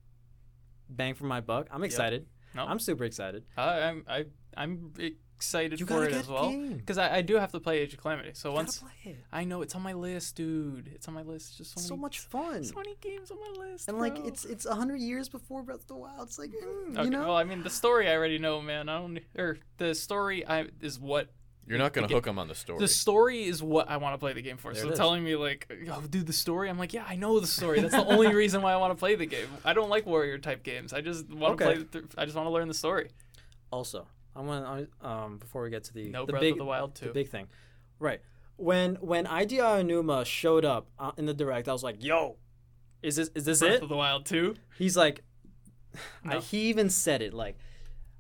Speaker 2: bang for my buck. I'm excited.
Speaker 1: No.
Speaker 2: I'm super excited.
Speaker 1: I, I'm I I'm excited
Speaker 2: You
Speaker 1: for
Speaker 2: gotta
Speaker 1: it
Speaker 2: get
Speaker 1: as well
Speaker 2: game.
Speaker 1: because I, I do have to play Age of Calamity. So
Speaker 2: I
Speaker 1: once
Speaker 2: play it.
Speaker 1: I know it's on my list, dude. It's on my list. Just so,
Speaker 2: It's so
Speaker 1: many,
Speaker 2: much fun.
Speaker 1: so many games on my list.
Speaker 2: and like
Speaker 1: bro.
Speaker 2: it's it's a hundred years before Breath of the Wild. It's like mm,
Speaker 1: Okay,
Speaker 2: you know.
Speaker 1: well, I mean, the story I already know, man. I don't, or the story I is what
Speaker 4: You're not gonna hook them on the story.
Speaker 1: the story is what I want to play the game for.
Speaker 2: There
Speaker 1: so
Speaker 2: it is.
Speaker 1: telling me like, oh, dude, the story. I'm like, yeah, I know the story. That's the only reason why I want to play the game. I don't like warrior type games. I just want to
Speaker 2: Okay.
Speaker 1: play. Th- I just want to learn the story.
Speaker 2: also, I want to um before we get to the
Speaker 1: No
Speaker 2: the
Speaker 1: Breath
Speaker 2: big
Speaker 1: of the Wild too.
Speaker 2: the big thing, right? When when IDI Onuma showed up uh, in the direct, I was like, "Yo, is this is this
Speaker 1: Breath
Speaker 2: it?"
Speaker 1: of the Wild too.
Speaker 2: He's
Speaker 1: *sighs*
Speaker 2: like, I,
Speaker 1: No.
Speaker 2: he even said it like,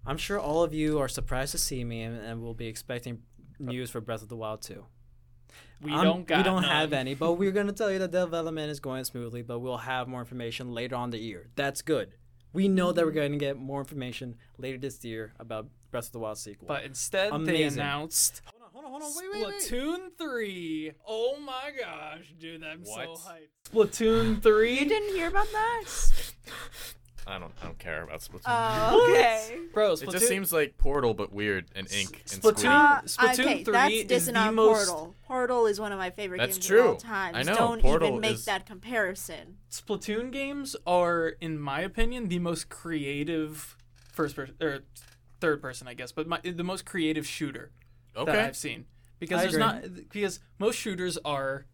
Speaker 2: "I'm sure all of you are surprised to see me and, and will be expecting news for Breath of the Wild too."
Speaker 1: We
Speaker 2: I'm-
Speaker 1: don't got.
Speaker 2: we don't
Speaker 1: none.
Speaker 2: have any, but
Speaker 1: *laughs*
Speaker 2: we're gonna tell you that development is going smoothly, but we'll have more information later on the year. That's good. We know
Speaker 1: Mm-hmm.
Speaker 2: that we're gonna get more information later this year about Breath of the Wild sequel.
Speaker 1: But instead, they
Speaker 2: Amazing.
Speaker 1: announced
Speaker 2: hold on, hold on, hold on,
Speaker 1: Splatoon three. Oh my gosh, dude, I'm
Speaker 4: What?
Speaker 1: so hyped. Splatoon three.
Speaker 3: You didn't hear about
Speaker 2: *laughs*
Speaker 3: that?
Speaker 4: I don't. I don't care about Splatoon.
Speaker 1: Uh,
Speaker 3: Oh, okay.
Speaker 1: Bro,
Speaker 4: it
Speaker 1: Splatoon.
Speaker 4: just seems like Portal, but weird and ink and
Speaker 1: Splatoon.
Speaker 4: squid.
Speaker 3: Uh,
Speaker 1: Splatoon
Speaker 3: okay,
Speaker 1: 3
Speaker 3: that's
Speaker 1: is
Speaker 3: dissing
Speaker 1: the
Speaker 3: on
Speaker 1: most-
Speaker 3: Portal. Portal is one of my favorite
Speaker 4: That's
Speaker 3: games
Speaker 4: true.
Speaker 3: of all time.
Speaker 4: I know,
Speaker 3: Don't
Speaker 4: Portal
Speaker 3: even make
Speaker 4: is-
Speaker 3: that comparison.
Speaker 1: Splatoon games are, in my opinion, the most creative first person or third person, I guess, but my, the most creative shooter that
Speaker 4: Okay.
Speaker 1: I've seen because
Speaker 2: I
Speaker 1: there's
Speaker 2: agree.
Speaker 1: not because most shooters are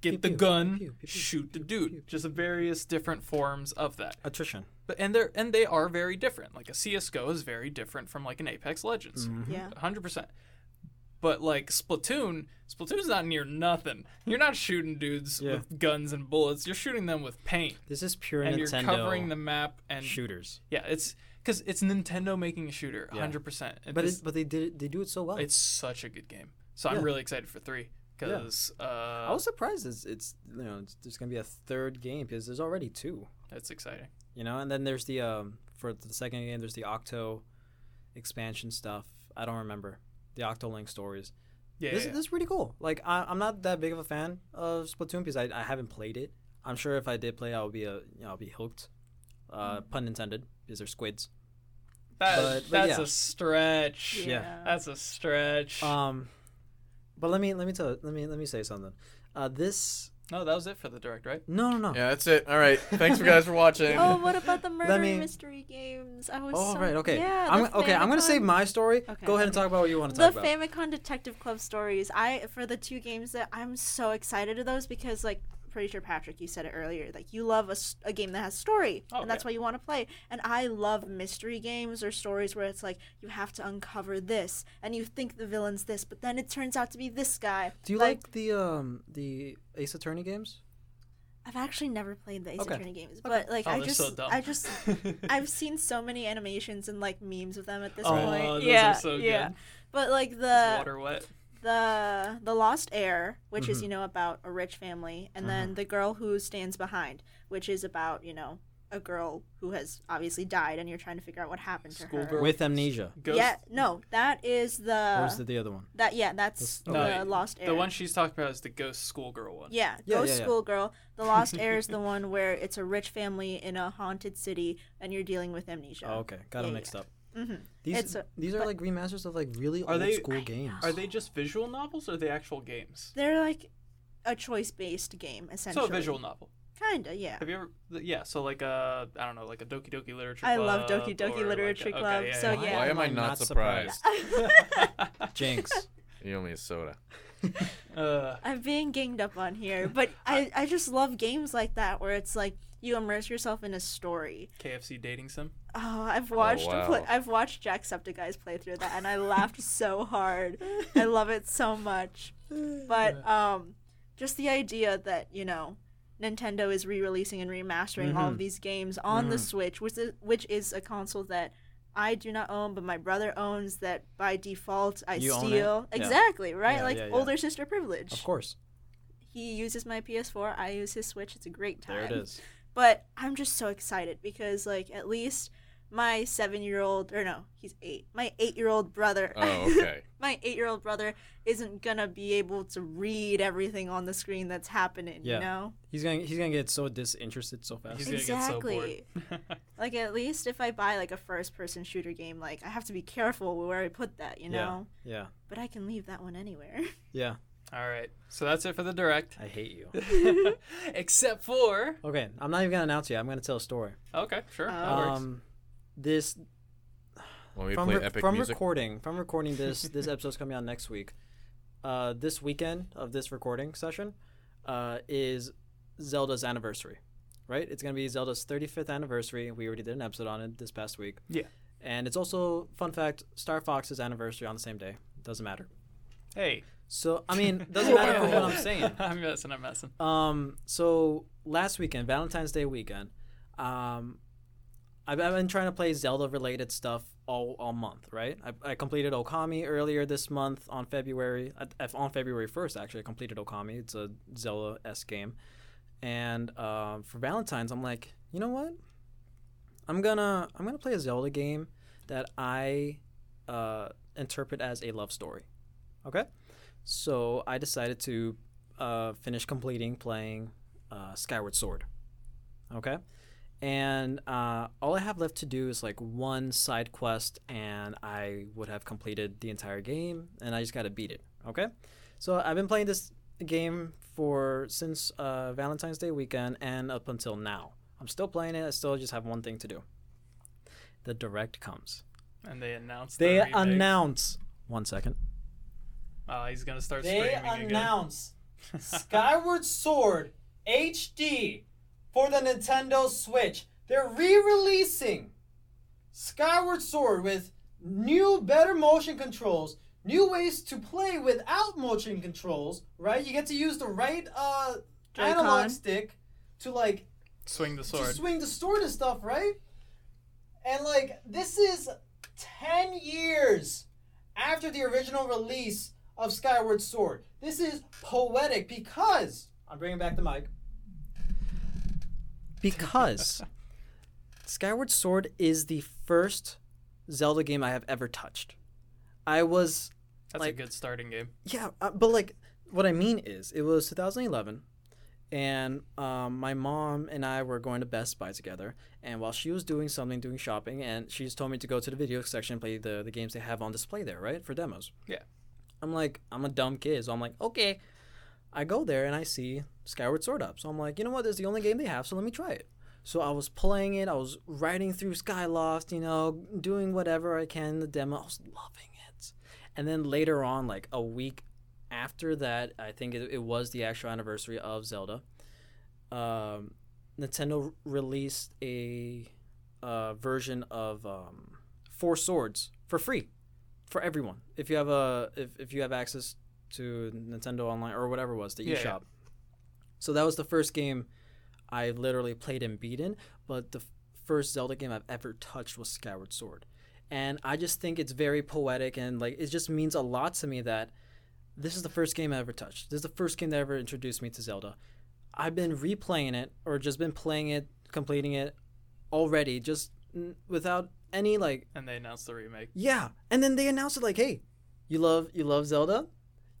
Speaker 1: get
Speaker 2: Pew,
Speaker 1: the
Speaker 2: pew,
Speaker 1: gun,
Speaker 2: pew, pew, pew,
Speaker 1: shoot the dude, just various different forms of that.
Speaker 2: Attrition.
Speaker 1: But and they're and they are very different. Like a CS:GO is very different from like an Apex Legends.
Speaker 2: Mm-hmm.
Speaker 3: Yeah.
Speaker 1: hundred percent. But like Splatoon, Splatoon's not near nothing. You're not shooting dudes
Speaker 2: Yeah.
Speaker 1: with guns and bullets. You're shooting them with paint,
Speaker 2: This is pure
Speaker 1: and
Speaker 2: Nintendo
Speaker 1: you're covering the map and
Speaker 2: shooters.
Speaker 1: yeah. It's because it's Nintendo making a shooter, hundred percent.
Speaker 2: But it, but they did it, they do it so well.
Speaker 1: it's such a good game. So
Speaker 2: Yeah.
Speaker 1: I'm really excited for three because
Speaker 2: I
Speaker 1: uh,
Speaker 2: was surprised it's, it's you know it's, there's gonna be a third game because there's already two.
Speaker 1: that's exciting.
Speaker 2: you know and then there's the um for the second game there's the octo expansion stuff i don't remember the octolink stories
Speaker 1: Yeah,
Speaker 2: this,
Speaker 1: yeah,
Speaker 2: this is pretty cool like I, i'm not that big of a fan of splatoon because I, I haven't played it i'm sure if i did play i would be a you know i'll be hooked uh
Speaker 1: Mm.
Speaker 2: pun intended because they're squids
Speaker 1: That-
Speaker 2: but- but
Speaker 1: that's
Speaker 2: yeah.
Speaker 1: a stretch.
Speaker 2: Yeah.
Speaker 1: That's a stretch.
Speaker 2: um but let me let me tell let me let me say something uh this
Speaker 1: no, that was it for the direct, right?
Speaker 2: no no no
Speaker 4: Yeah, that's it. All right. Thanks for guys for watching.
Speaker 1: *laughs*
Speaker 3: Oh, what about the murder
Speaker 2: me-
Speaker 3: mystery games? I was
Speaker 2: Oh
Speaker 3: so...
Speaker 2: right, okay.
Speaker 3: Yeah,
Speaker 2: I'm,
Speaker 3: the
Speaker 2: okay, I'm gonna
Speaker 3: Famicom-
Speaker 2: save my story.
Speaker 3: Okay,
Speaker 2: Go ahead and
Speaker 3: okay.
Speaker 2: talk about what you want to
Speaker 3: the
Speaker 2: talk about.
Speaker 3: Famicom Detective Club stories. I for the two games that I'm so excited to those because like pretty sure Patrick you said it earlier like you love a, s- a game that has story
Speaker 1: Oh,
Speaker 3: and that's why you want to play and I love mystery games or stories where it's like you have to uncover this and you think the villain's this but then it turns out to be this guy.
Speaker 2: Do you like, the um the Ace Attorney games?
Speaker 3: I've actually never played the Ace
Speaker 2: Okay.
Speaker 3: Attorney games but like
Speaker 1: Oh,
Speaker 3: I
Speaker 1: they're
Speaker 3: just
Speaker 1: so dumb.
Speaker 3: I
Speaker 1: *laughs*
Speaker 3: just I've seen so many animations and like memes with them at this
Speaker 1: Oh,
Speaker 3: point.
Speaker 1: those are
Speaker 3: yeah,
Speaker 1: so
Speaker 3: yeah.
Speaker 1: good.
Speaker 3: But like the
Speaker 1: *laughs* Water wet.
Speaker 3: the the lost heir which
Speaker 2: Mm-hmm.
Speaker 3: is you know about a rich family and then the girl who stands behind which is about you know a girl who has obviously died and you're trying to figure out what happened to her
Speaker 1: Schoolgirl.
Speaker 2: With amnesia.
Speaker 1: Ghost.
Speaker 3: yeah no that is
Speaker 2: Or
Speaker 3: the,
Speaker 2: is it the other one?
Speaker 3: that yeah that's
Speaker 2: The-
Speaker 1: No,
Speaker 3: the lost heir
Speaker 1: The one she's talking about is the ghost schoolgirl one.
Speaker 3: yeah,
Speaker 2: Yeah,
Speaker 3: ghost
Speaker 2: yeah, yeah.
Speaker 3: schoolgirl. The Lost Heir is
Speaker 2: *laughs*
Speaker 3: the one where it's a rich family in a haunted city, and you're dealing with amnesia. Mm-hmm.
Speaker 2: Oh, okay. Got
Speaker 3: Yeah,
Speaker 2: them
Speaker 3: yeah.
Speaker 2: mixed up. These
Speaker 3: It's a-
Speaker 2: these are
Speaker 3: but-
Speaker 2: like remasters of like really
Speaker 1: Are
Speaker 2: old
Speaker 1: they-
Speaker 2: school games.
Speaker 1: Are they just visual novels or are they actual games?
Speaker 3: They're like a choice based game,
Speaker 1: So
Speaker 3: essentially.
Speaker 1: a visual novel.
Speaker 3: Kinda, yeah.
Speaker 1: Have you ever? th- Yeah. So like uh, I don't know, like a Doki Doki Literature.
Speaker 3: I love
Speaker 1: Club
Speaker 3: Doki
Speaker 1: or,
Speaker 3: Doki
Speaker 1: like, a-
Speaker 3: Literature
Speaker 1: okay,
Speaker 3: Club,
Speaker 1: yeah,
Speaker 3: so
Speaker 1: yeah.
Speaker 3: yeah.
Speaker 4: Why am I not, surprised?
Speaker 2: *laughs*
Speaker 3: *laughs*
Speaker 2: Jinx?
Speaker 4: You owe me a soda.
Speaker 1: *laughs* Uh,
Speaker 3: I'm being ganged up on here, but I, I just love games like that where it's like you immerse yourself in a story.
Speaker 1: KFC dating sim.
Speaker 3: Oh, I've watched
Speaker 4: wow.
Speaker 3: pla- I've watched Jacksepticeye's play through that, and I laughed so hard. I love it so much.
Speaker 2: *laughs*
Speaker 3: But um, just the idea that you know Nintendo is re-releasing and remastering all
Speaker 2: Mm-hmm.
Speaker 3: of these games on the Switch, which is, which is a console that I do not own, but my brother owns. That by default I
Speaker 2: You own it?
Speaker 3: steal.
Speaker 2: Yeah.
Speaker 3: Exactly right,
Speaker 2: Yeah,
Speaker 3: like
Speaker 2: yeah, yeah.
Speaker 3: older sister privilege.
Speaker 2: of course.
Speaker 3: He uses my PS4, I use his Switch. It's a great time
Speaker 2: There it is.
Speaker 3: but I'm just so excited because like at least my seven year old or no, he's eight. My eight year old brother
Speaker 4: Oh,
Speaker 3: *laughs*
Speaker 4: okay.
Speaker 3: my eight year old brother isn't gonna be able to read everything on the screen that's happening,
Speaker 2: Yeah.
Speaker 3: you know?
Speaker 2: He's gonna he's gonna get so disinterested so fast.
Speaker 1: He's gonna get so bored. *laughs*
Speaker 3: like at least if I buy like a first person shooter game, like I have to be careful where I put that, you
Speaker 2: Yeah.
Speaker 3: know?
Speaker 2: yeah.
Speaker 3: But I can leave that one anywhere.
Speaker 2: Yeah.
Speaker 1: All right. So that's it for the direct.
Speaker 2: I *laughs* hate you.
Speaker 1: *laughs* Except for
Speaker 2: Okay, I'm not even gonna announce you. I'm gonna tell a story.
Speaker 1: okay, sure, that works.
Speaker 2: Um, this
Speaker 4: When we
Speaker 2: from
Speaker 4: play
Speaker 2: re-
Speaker 4: epic
Speaker 2: from
Speaker 4: music,
Speaker 2: recording from
Speaker 4: *laughs*
Speaker 2: recording this this episode's coming out next week. Uh, this weekend of this recording session, uh, is Zelda's anniversary, right? It's gonna be Zelda's 35th anniversary. We already did an episode on it this past week.
Speaker 1: Yeah.
Speaker 2: and it's also fun fact Star Fox's anniversary on the same day. Doesn't matter.
Speaker 1: Hey,
Speaker 2: So I
Speaker 1: *laughs*
Speaker 2: mean, doesn't matter for what I'm saying.
Speaker 1: I'm messing. I'm messing.
Speaker 2: Um, so last weekend, Valentine's Day weekend, um, I've, I've been trying to play Zelda related stuff all, all month, right? I, I completed Okami earlier this month on February, uh, on February 1st, actually. I completed Okami. It's a Zelda S game. And um, for Valentine's, I'm like, you know what? I'm gonna I'm gonna play a Zelda game that I uh, interpret as a love story. Okay, so I decided to uh, finish completing playing uh, Skyward Sword. Okay, and uh, all I have left to do is like one side quest, and I would have completed the entire game, and I just gotta beat it. Okay, so I've been playing this game for since uh, Valentine's Day weekend and up until now. I'm still playing it. I still just have one thing to do. The direct comes.
Speaker 1: And they announced.
Speaker 2: They
Speaker 1: the remake.
Speaker 2: announce. One second.
Speaker 1: Oh, he's gonna start
Speaker 5: They
Speaker 1: screaming again. *laughs*
Speaker 5: announce Skyward Sword HD for the Nintendo Switch. They're re-releasing Skyward Sword with new, better motion controls, new ways to play without motion controls. Right, you get to use the right uh,
Speaker 3: Joy-Con.
Speaker 5: analog stick to like
Speaker 1: Swing the
Speaker 5: to
Speaker 1: sword.
Speaker 5: swing the sword and stuff, right? And like this is ten years after the original release of Skyward Sword. This is poetic because I'm bringing back the mic. *laughs*
Speaker 2: because Skyward Sword is the first Zelda game I have ever touched. I was
Speaker 1: That's
Speaker 2: like-
Speaker 1: a good starting game.
Speaker 2: yeah, uh, but like what I mean is it was 2011 and um, my mom and I were going to Best Buy together and while she was doing something doing shopping and she just told me to go to the video section and play the, the games they have on display there, right? For demos.
Speaker 1: Yeah.
Speaker 2: I'm like I'm a dumb kid, so I'm like, "Okay." I go there and I see Skyward Sword up. So I'm like, "You know what? This is the only game they have, so let me try it." So I was playing it. I was riding through Skyloft, you know, doing whatever I can in the demo. I was loving it. And then later on, like a week after that, I think it, it was the actual anniversary of Zelda. Um, Nintendo r- released a uh, version of um, Four Swords for free for everyone if you have a if, if you have access to Nintendo Online or whatever it was the
Speaker 1: Yeah, yeah.
Speaker 2: eShop. So that was the first game I literally played and beaten, but the f- first Zelda game I've ever touched was Skyward Sword. And I just think it's very poetic and like it just means a lot to me that this is the first game I ever touched. This is the first game that ever introduced me to Zelda. I've been replaying it or just been playing it, completing it already just n- without any like
Speaker 1: And they announced the remake.
Speaker 2: yeah, and then they announced it like, "Hey, you love you love Zelda,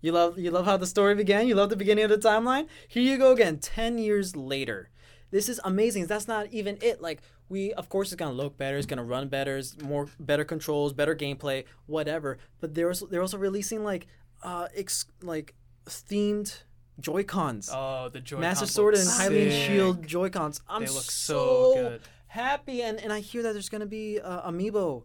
Speaker 2: you love you love how the story began, you love the beginning of the timeline. Here you go again, ten years later. this is amazing. That's not even it. Like we, of course, it's gonna look better. It's gonna run better. It's more better controls, better gameplay, whatever. But they're also, they're also releasing like uh ex- like themed Joy Cons.
Speaker 1: Oh, the Joy.
Speaker 2: Master Sword and Hylian Shield Joy Cons. I'm
Speaker 1: They look so
Speaker 2: so,
Speaker 1: good.
Speaker 2: happy, and, and I hear that there's gonna be uh, amiibo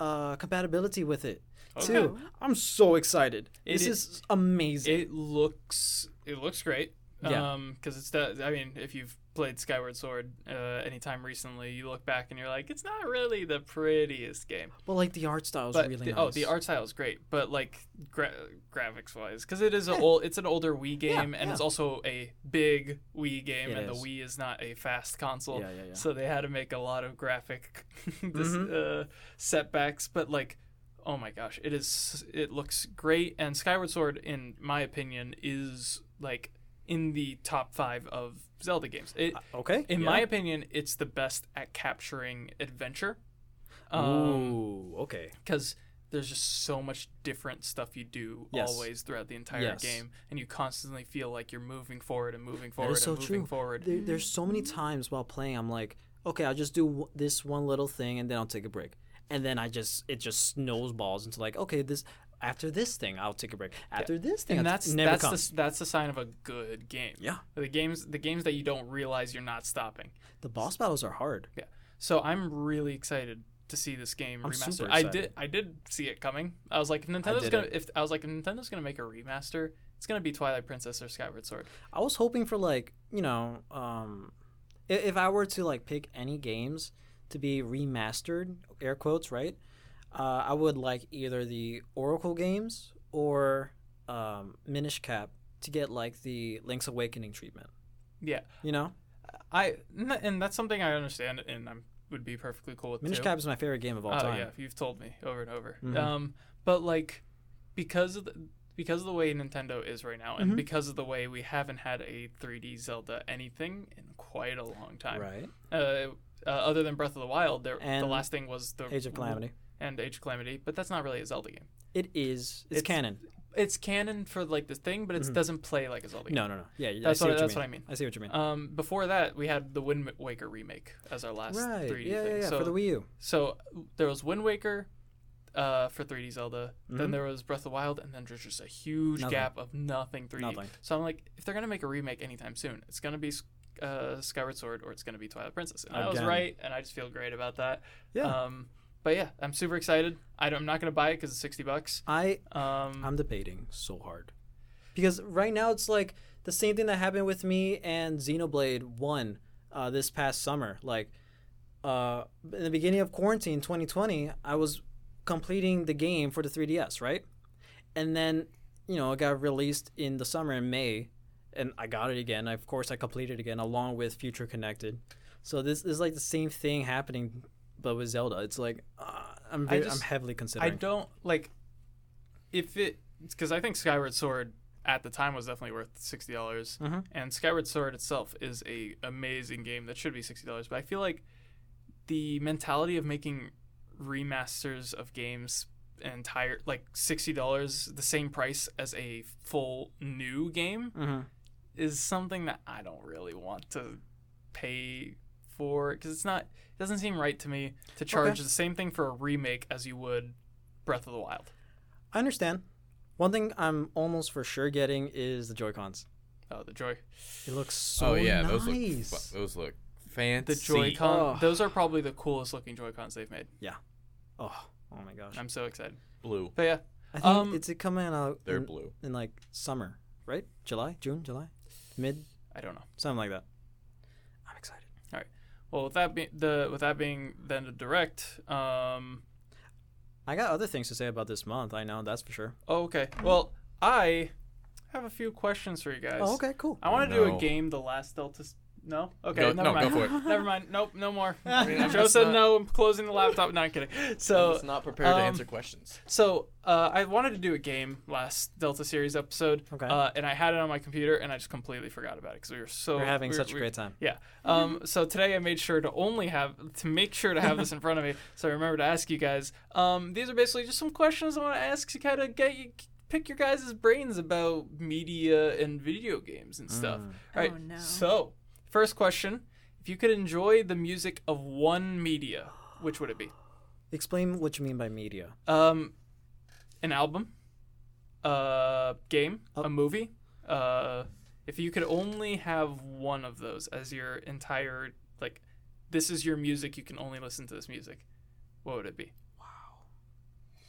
Speaker 2: uh, compatibility with it
Speaker 3: *laughs*
Speaker 1: Okay.
Speaker 2: too. I'm so excited.
Speaker 1: It
Speaker 2: this
Speaker 1: is-
Speaker 2: is, amazing.
Speaker 1: It looks it looks great.
Speaker 2: Yeah.
Speaker 1: Um, because it's that. I mean, if you've played Skyward Sword uh, anytime recently, you look back and you're like, it's not really the prettiest game.
Speaker 2: but like the art style is
Speaker 1: But
Speaker 2: really
Speaker 1: the,
Speaker 2: nice.
Speaker 1: oh, the art style is great, but like gra- graphics wise, because it is a old, it's an older Wii game,
Speaker 2: Yeah,
Speaker 1: and
Speaker 2: yeah.
Speaker 1: it's also a big Wii game,
Speaker 2: It
Speaker 1: and
Speaker 2: is.
Speaker 1: the Wii is not a fast console,
Speaker 2: Yeah, yeah, yeah.
Speaker 1: so they had to make a lot of graphic *laughs* dis-
Speaker 2: Mm-hmm.
Speaker 1: uh, setbacks. But like, oh my gosh, it is it looks great, and Skyward Sword, in my opinion, is like in the top five of Zelda games. It,
Speaker 2: Okay.
Speaker 1: in
Speaker 2: Uh, yeah.
Speaker 1: my opinion, it's the best at capturing adventure. um,
Speaker 2: Ooh. Okay.
Speaker 1: because there's just so much different stuff you do
Speaker 2: Yes.
Speaker 1: always throughout the entire
Speaker 2: Yes.
Speaker 1: game, and you constantly feel like you're moving forward and moving forward
Speaker 2: That
Speaker 1: and
Speaker 2: is so
Speaker 1: moving
Speaker 2: true.
Speaker 1: forward.
Speaker 2: There, there's so many times while playing, I'm like, okay, I'll just do w- this one little thing and then I'll take a break. And then I just, it just snowballs into like, okay, this, after this thing, I'll take a break. After this thing,
Speaker 1: and
Speaker 2: I'll-
Speaker 1: that's
Speaker 2: it never
Speaker 1: that's the,
Speaker 2: comes.
Speaker 1: s- that's the sign of a good game.
Speaker 2: Yeah.
Speaker 1: the games the games that you don't realize you're not stopping.
Speaker 2: The boss battles are hard.
Speaker 1: Yeah, so I'm really excited to see this game
Speaker 2: I'm
Speaker 1: remastered.
Speaker 2: super
Speaker 1: I
Speaker 2: excited.
Speaker 1: did I did see it coming. I was like, if Nintendo's
Speaker 2: did
Speaker 1: gonna
Speaker 2: it.
Speaker 1: if I was like, if Nintendo's gonna make a remaster, it's gonna be Twilight Princess or Skyward Sword.
Speaker 2: I was hoping for like, you know, um, i- if I were to like pick any games to be remastered, air quotes, right? Uh, I would like either the Oracle games or um, Minish Cap to get like the Link's Awakening treatment.
Speaker 1: Yeah,
Speaker 2: You know,
Speaker 1: I and that's something I understand and I would be perfectly cool with
Speaker 2: Minish
Speaker 1: too.
Speaker 2: Cap is my favorite game of all
Speaker 1: oh,
Speaker 2: time. Mm-hmm.
Speaker 1: yeah, you've told me over and over. Um, but like because of the, because of the way Nintendo is right now,
Speaker 2: Mm-hmm.
Speaker 1: and because of the way we haven't had a 3D Zelda anything in quite a long time,
Speaker 2: Right.
Speaker 1: Uh, uh, other than Breath of the Wild, there, the
Speaker 2: And
Speaker 1: last thing was the
Speaker 2: Age of Calamity.
Speaker 1: and Age of Calamity, but that's not really a Zelda game.
Speaker 2: It is. It's,
Speaker 1: It's-
Speaker 2: canon.
Speaker 1: It's canon for like the thing, but it doesn't play like a Zelda.
Speaker 2: Mm-hmm. No, no, no. Yeah, yeah,
Speaker 1: That's
Speaker 2: I see
Speaker 1: what-
Speaker 2: what you
Speaker 1: that's what I mean.
Speaker 2: I see what you mean.
Speaker 1: game. Um, before that, we had the Wind Waker remake as our last
Speaker 2: right.
Speaker 1: 3D
Speaker 2: yeah,
Speaker 1: thing.
Speaker 2: yeah, yeah.
Speaker 1: So
Speaker 2: For the Wii U.
Speaker 1: So there was Wind Waker uh, for 3D Zelda. Then there was Breath of the Wild, and then there's just a huge
Speaker 2: Mm-hmm. Nothing.
Speaker 1: gap of nothing 3D.
Speaker 2: Nothing.
Speaker 1: So I'm like, if they're gonna make a remake anytime soon, it's gonna be uh, Skyward Sword or it's gonna be Twilight Princess. And I was
Speaker 2: Again.
Speaker 1: right, and I just feel great about that.
Speaker 2: Yeah.
Speaker 1: Um, but yeah, I'm super excited. I don't, I'm not gonna buy it because it's 60 bucks.
Speaker 2: I
Speaker 1: Um,
Speaker 2: I'm debating so hard. Because right now it's like the same thing that happened with me and Xenoblade 1 uh, this past summer. Like uh, in the beginning of quarantine 2020, I was completing the game for the 3DS, right? And then, you know, it got released in the summer in May and I got it again. Of course, I completed it again along with Future Connected. So this is like the same thing happening but with Zelda. It's like uh, I'm very,
Speaker 1: just-
Speaker 2: I'm heavily
Speaker 1: I
Speaker 2: considering.
Speaker 1: don't like if it because I think Skyward Sword at the time was definitely worth sixty dollars, and Skyward Sword itself is a amazing game that should be sixty dollars. But I feel like the mentality of making remasters of games entire like sixty dollars, the same price as a full new game,
Speaker 2: Mhm.
Speaker 1: is something that I don't really want to pay for because it's not it doesn't seem right to me to charge the same thing for a remake as you would Breath of the Wild.
Speaker 2: I understand. One thing I'm almost for sure getting is the Joy Cons.
Speaker 1: Oh, the Joy,
Speaker 2: It looks so
Speaker 4: Oh yeah,
Speaker 2: nice.
Speaker 4: those look fu- those look fancy.
Speaker 1: the Joy Con.
Speaker 2: Oh.
Speaker 1: Those are probably the coolest looking Joy Cons they've made.
Speaker 2: oh, oh my gosh!
Speaker 1: I'm so excited.
Speaker 4: blue.
Speaker 1: But yeah,
Speaker 2: I think
Speaker 1: um,
Speaker 2: it's coming out
Speaker 4: They're
Speaker 2: in,
Speaker 4: blue.
Speaker 2: in like summer, right? July, June, July, mid,
Speaker 1: I don't know.
Speaker 2: something like that. I'm excited.
Speaker 1: All right. Well, with that being the with that being then the direct. Um.
Speaker 2: I got other things to say about this month. I know that's for sure.
Speaker 1: Oh, okay. Well, I have a few questions for you guys.
Speaker 2: Oh, okay, cool.
Speaker 1: I want to do
Speaker 4: No.
Speaker 1: a game. The last Delta. S- no. Okay.
Speaker 4: Go-
Speaker 1: never
Speaker 4: no,
Speaker 1: mind.
Speaker 4: go for it.
Speaker 1: *laughs* Never mind. Nope. No
Speaker 2: *laughs*
Speaker 1: more.
Speaker 4: I'm
Speaker 1: Joe
Speaker 4: just
Speaker 1: said
Speaker 4: not-
Speaker 1: no. I'm closing the laptop. Not kidding. So,
Speaker 4: It's not prepared
Speaker 1: um,
Speaker 4: to answer questions.
Speaker 1: so uh, I wanted to do a game last Delta Series episode.
Speaker 2: Okay.
Speaker 1: Uh, and I had it on my computer, and I just completely forgot about it because we were so
Speaker 2: We're having
Speaker 1: we
Speaker 2: such a
Speaker 1: we-
Speaker 2: great time.
Speaker 1: Yeah. Um, so today I made sure to only have to make sure to have this in front of me, so I remember to ask you guys. Um, these are basically just some questions I want to ask to kind of get you pick your guys' brains
Speaker 2: Mm.
Speaker 1: about media and video games and stuff. All right.
Speaker 3: Oh, no.
Speaker 1: So first question If you could enjoy the music of one media, which would it be?
Speaker 2: Explain what you mean by media.
Speaker 1: Um, an album, a game,
Speaker 2: Oh.
Speaker 1: a movie. Uh, if you could only have one of those as your entire like, this is your music. You can only listen to this music. What would it be?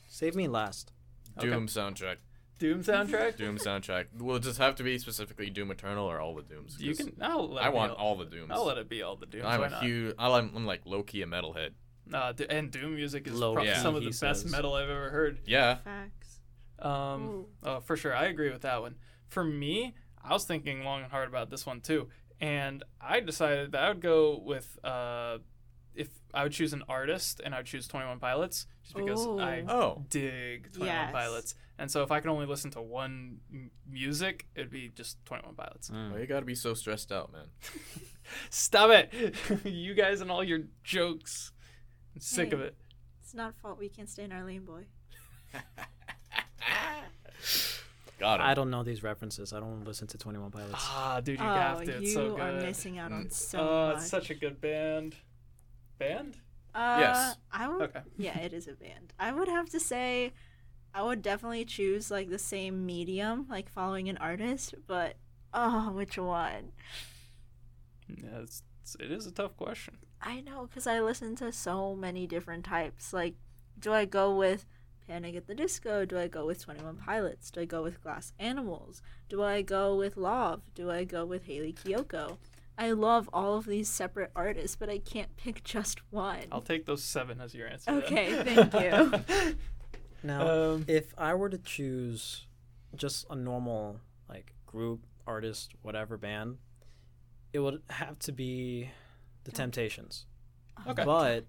Speaker 2: Save me last.
Speaker 1: Okay.
Speaker 4: Doom soundtrack.
Speaker 1: Doom soundtrack.
Speaker 4: Doom soundtrack. Will it just have to be specifically Doom Eternal or all the Dooms?
Speaker 1: *laughs* you
Speaker 4: 'Cause
Speaker 1: can. I'll let
Speaker 4: I
Speaker 1: it be
Speaker 4: want
Speaker 1: all-
Speaker 4: all the Dooms.
Speaker 1: I'll let it be all the Doom.
Speaker 4: I'm
Speaker 1: why
Speaker 4: a
Speaker 1: not?
Speaker 4: huge. I'm, I'm like low key a metalhead.
Speaker 1: Uh, d- and Doom music is
Speaker 2: Low
Speaker 1: probably
Speaker 4: key,
Speaker 1: some of the
Speaker 2: he
Speaker 1: best
Speaker 2: says.
Speaker 1: metal I've ever heard.
Speaker 4: Yeah.
Speaker 3: Facts.
Speaker 1: Um,
Speaker 3: Ooh.
Speaker 1: oh, for sure, I agree with that one. For me, I was thinking long and hard about this one too, and I decided that I would go with uh, if I would choose an artist, and I would choose Twenty One Pilots, just because I
Speaker 3: Ooh.
Speaker 4: Oh.
Speaker 1: dig Twenty One
Speaker 3: Yes.
Speaker 1: Pilots, and so if I could only listen to one m- music, it'd be just Twenty One
Speaker 2: Mm.
Speaker 1: Pilots.
Speaker 4: Why you gotta be so stressed out, man?
Speaker 1: Stop it, *laughs* you guys and all your jokes. I'm sick of
Speaker 3: Hey.
Speaker 1: it.
Speaker 3: It's not fault we can't stay in our lane, boy.
Speaker 4: Got
Speaker 2: I
Speaker 4: him.
Speaker 2: don't know these references. I don't listen to Twenty One Pilots.
Speaker 1: Ah, dude, you
Speaker 3: oh,
Speaker 1: have to. It's
Speaker 3: you
Speaker 1: so good.
Speaker 3: are missing out on so
Speaker 1: oh,
Speaker 3: much.
Speaker 1: it's such a good band. Band?
Speaker 3: Uh,
Speaker 4: Yes.
Speaker 3: I would.
Speaker 1: Okay. *laughs*
Speaker 3: Yeah, it is a band. I would have to say, I would definitely choose like the same medium, like following an artist. But oh, which one?
Speaker 1: Yeah, it's, it's, it is a tough question.
Speaker 3: I know because I listen to so many different types. Like, do I go with Panic at the Disco? Do I go with Twenty One Pilots? Do I go with Glass Animals? Do I go with Love? Do I go with Haley Kiyoko? I love all of these separate artists, but I can't pick just one.
Speaker 1: I'll take those seven as your answer. then. *laughs*
Speaker 3: Okay, thank you.
Speaker 2: Now,
Speaker 1: um,
Speaker 2: if I were to choose just a normal like group, artist, whatever band, it would have to be The Temptations.
Speaker 1: okay.
Speaker 2: But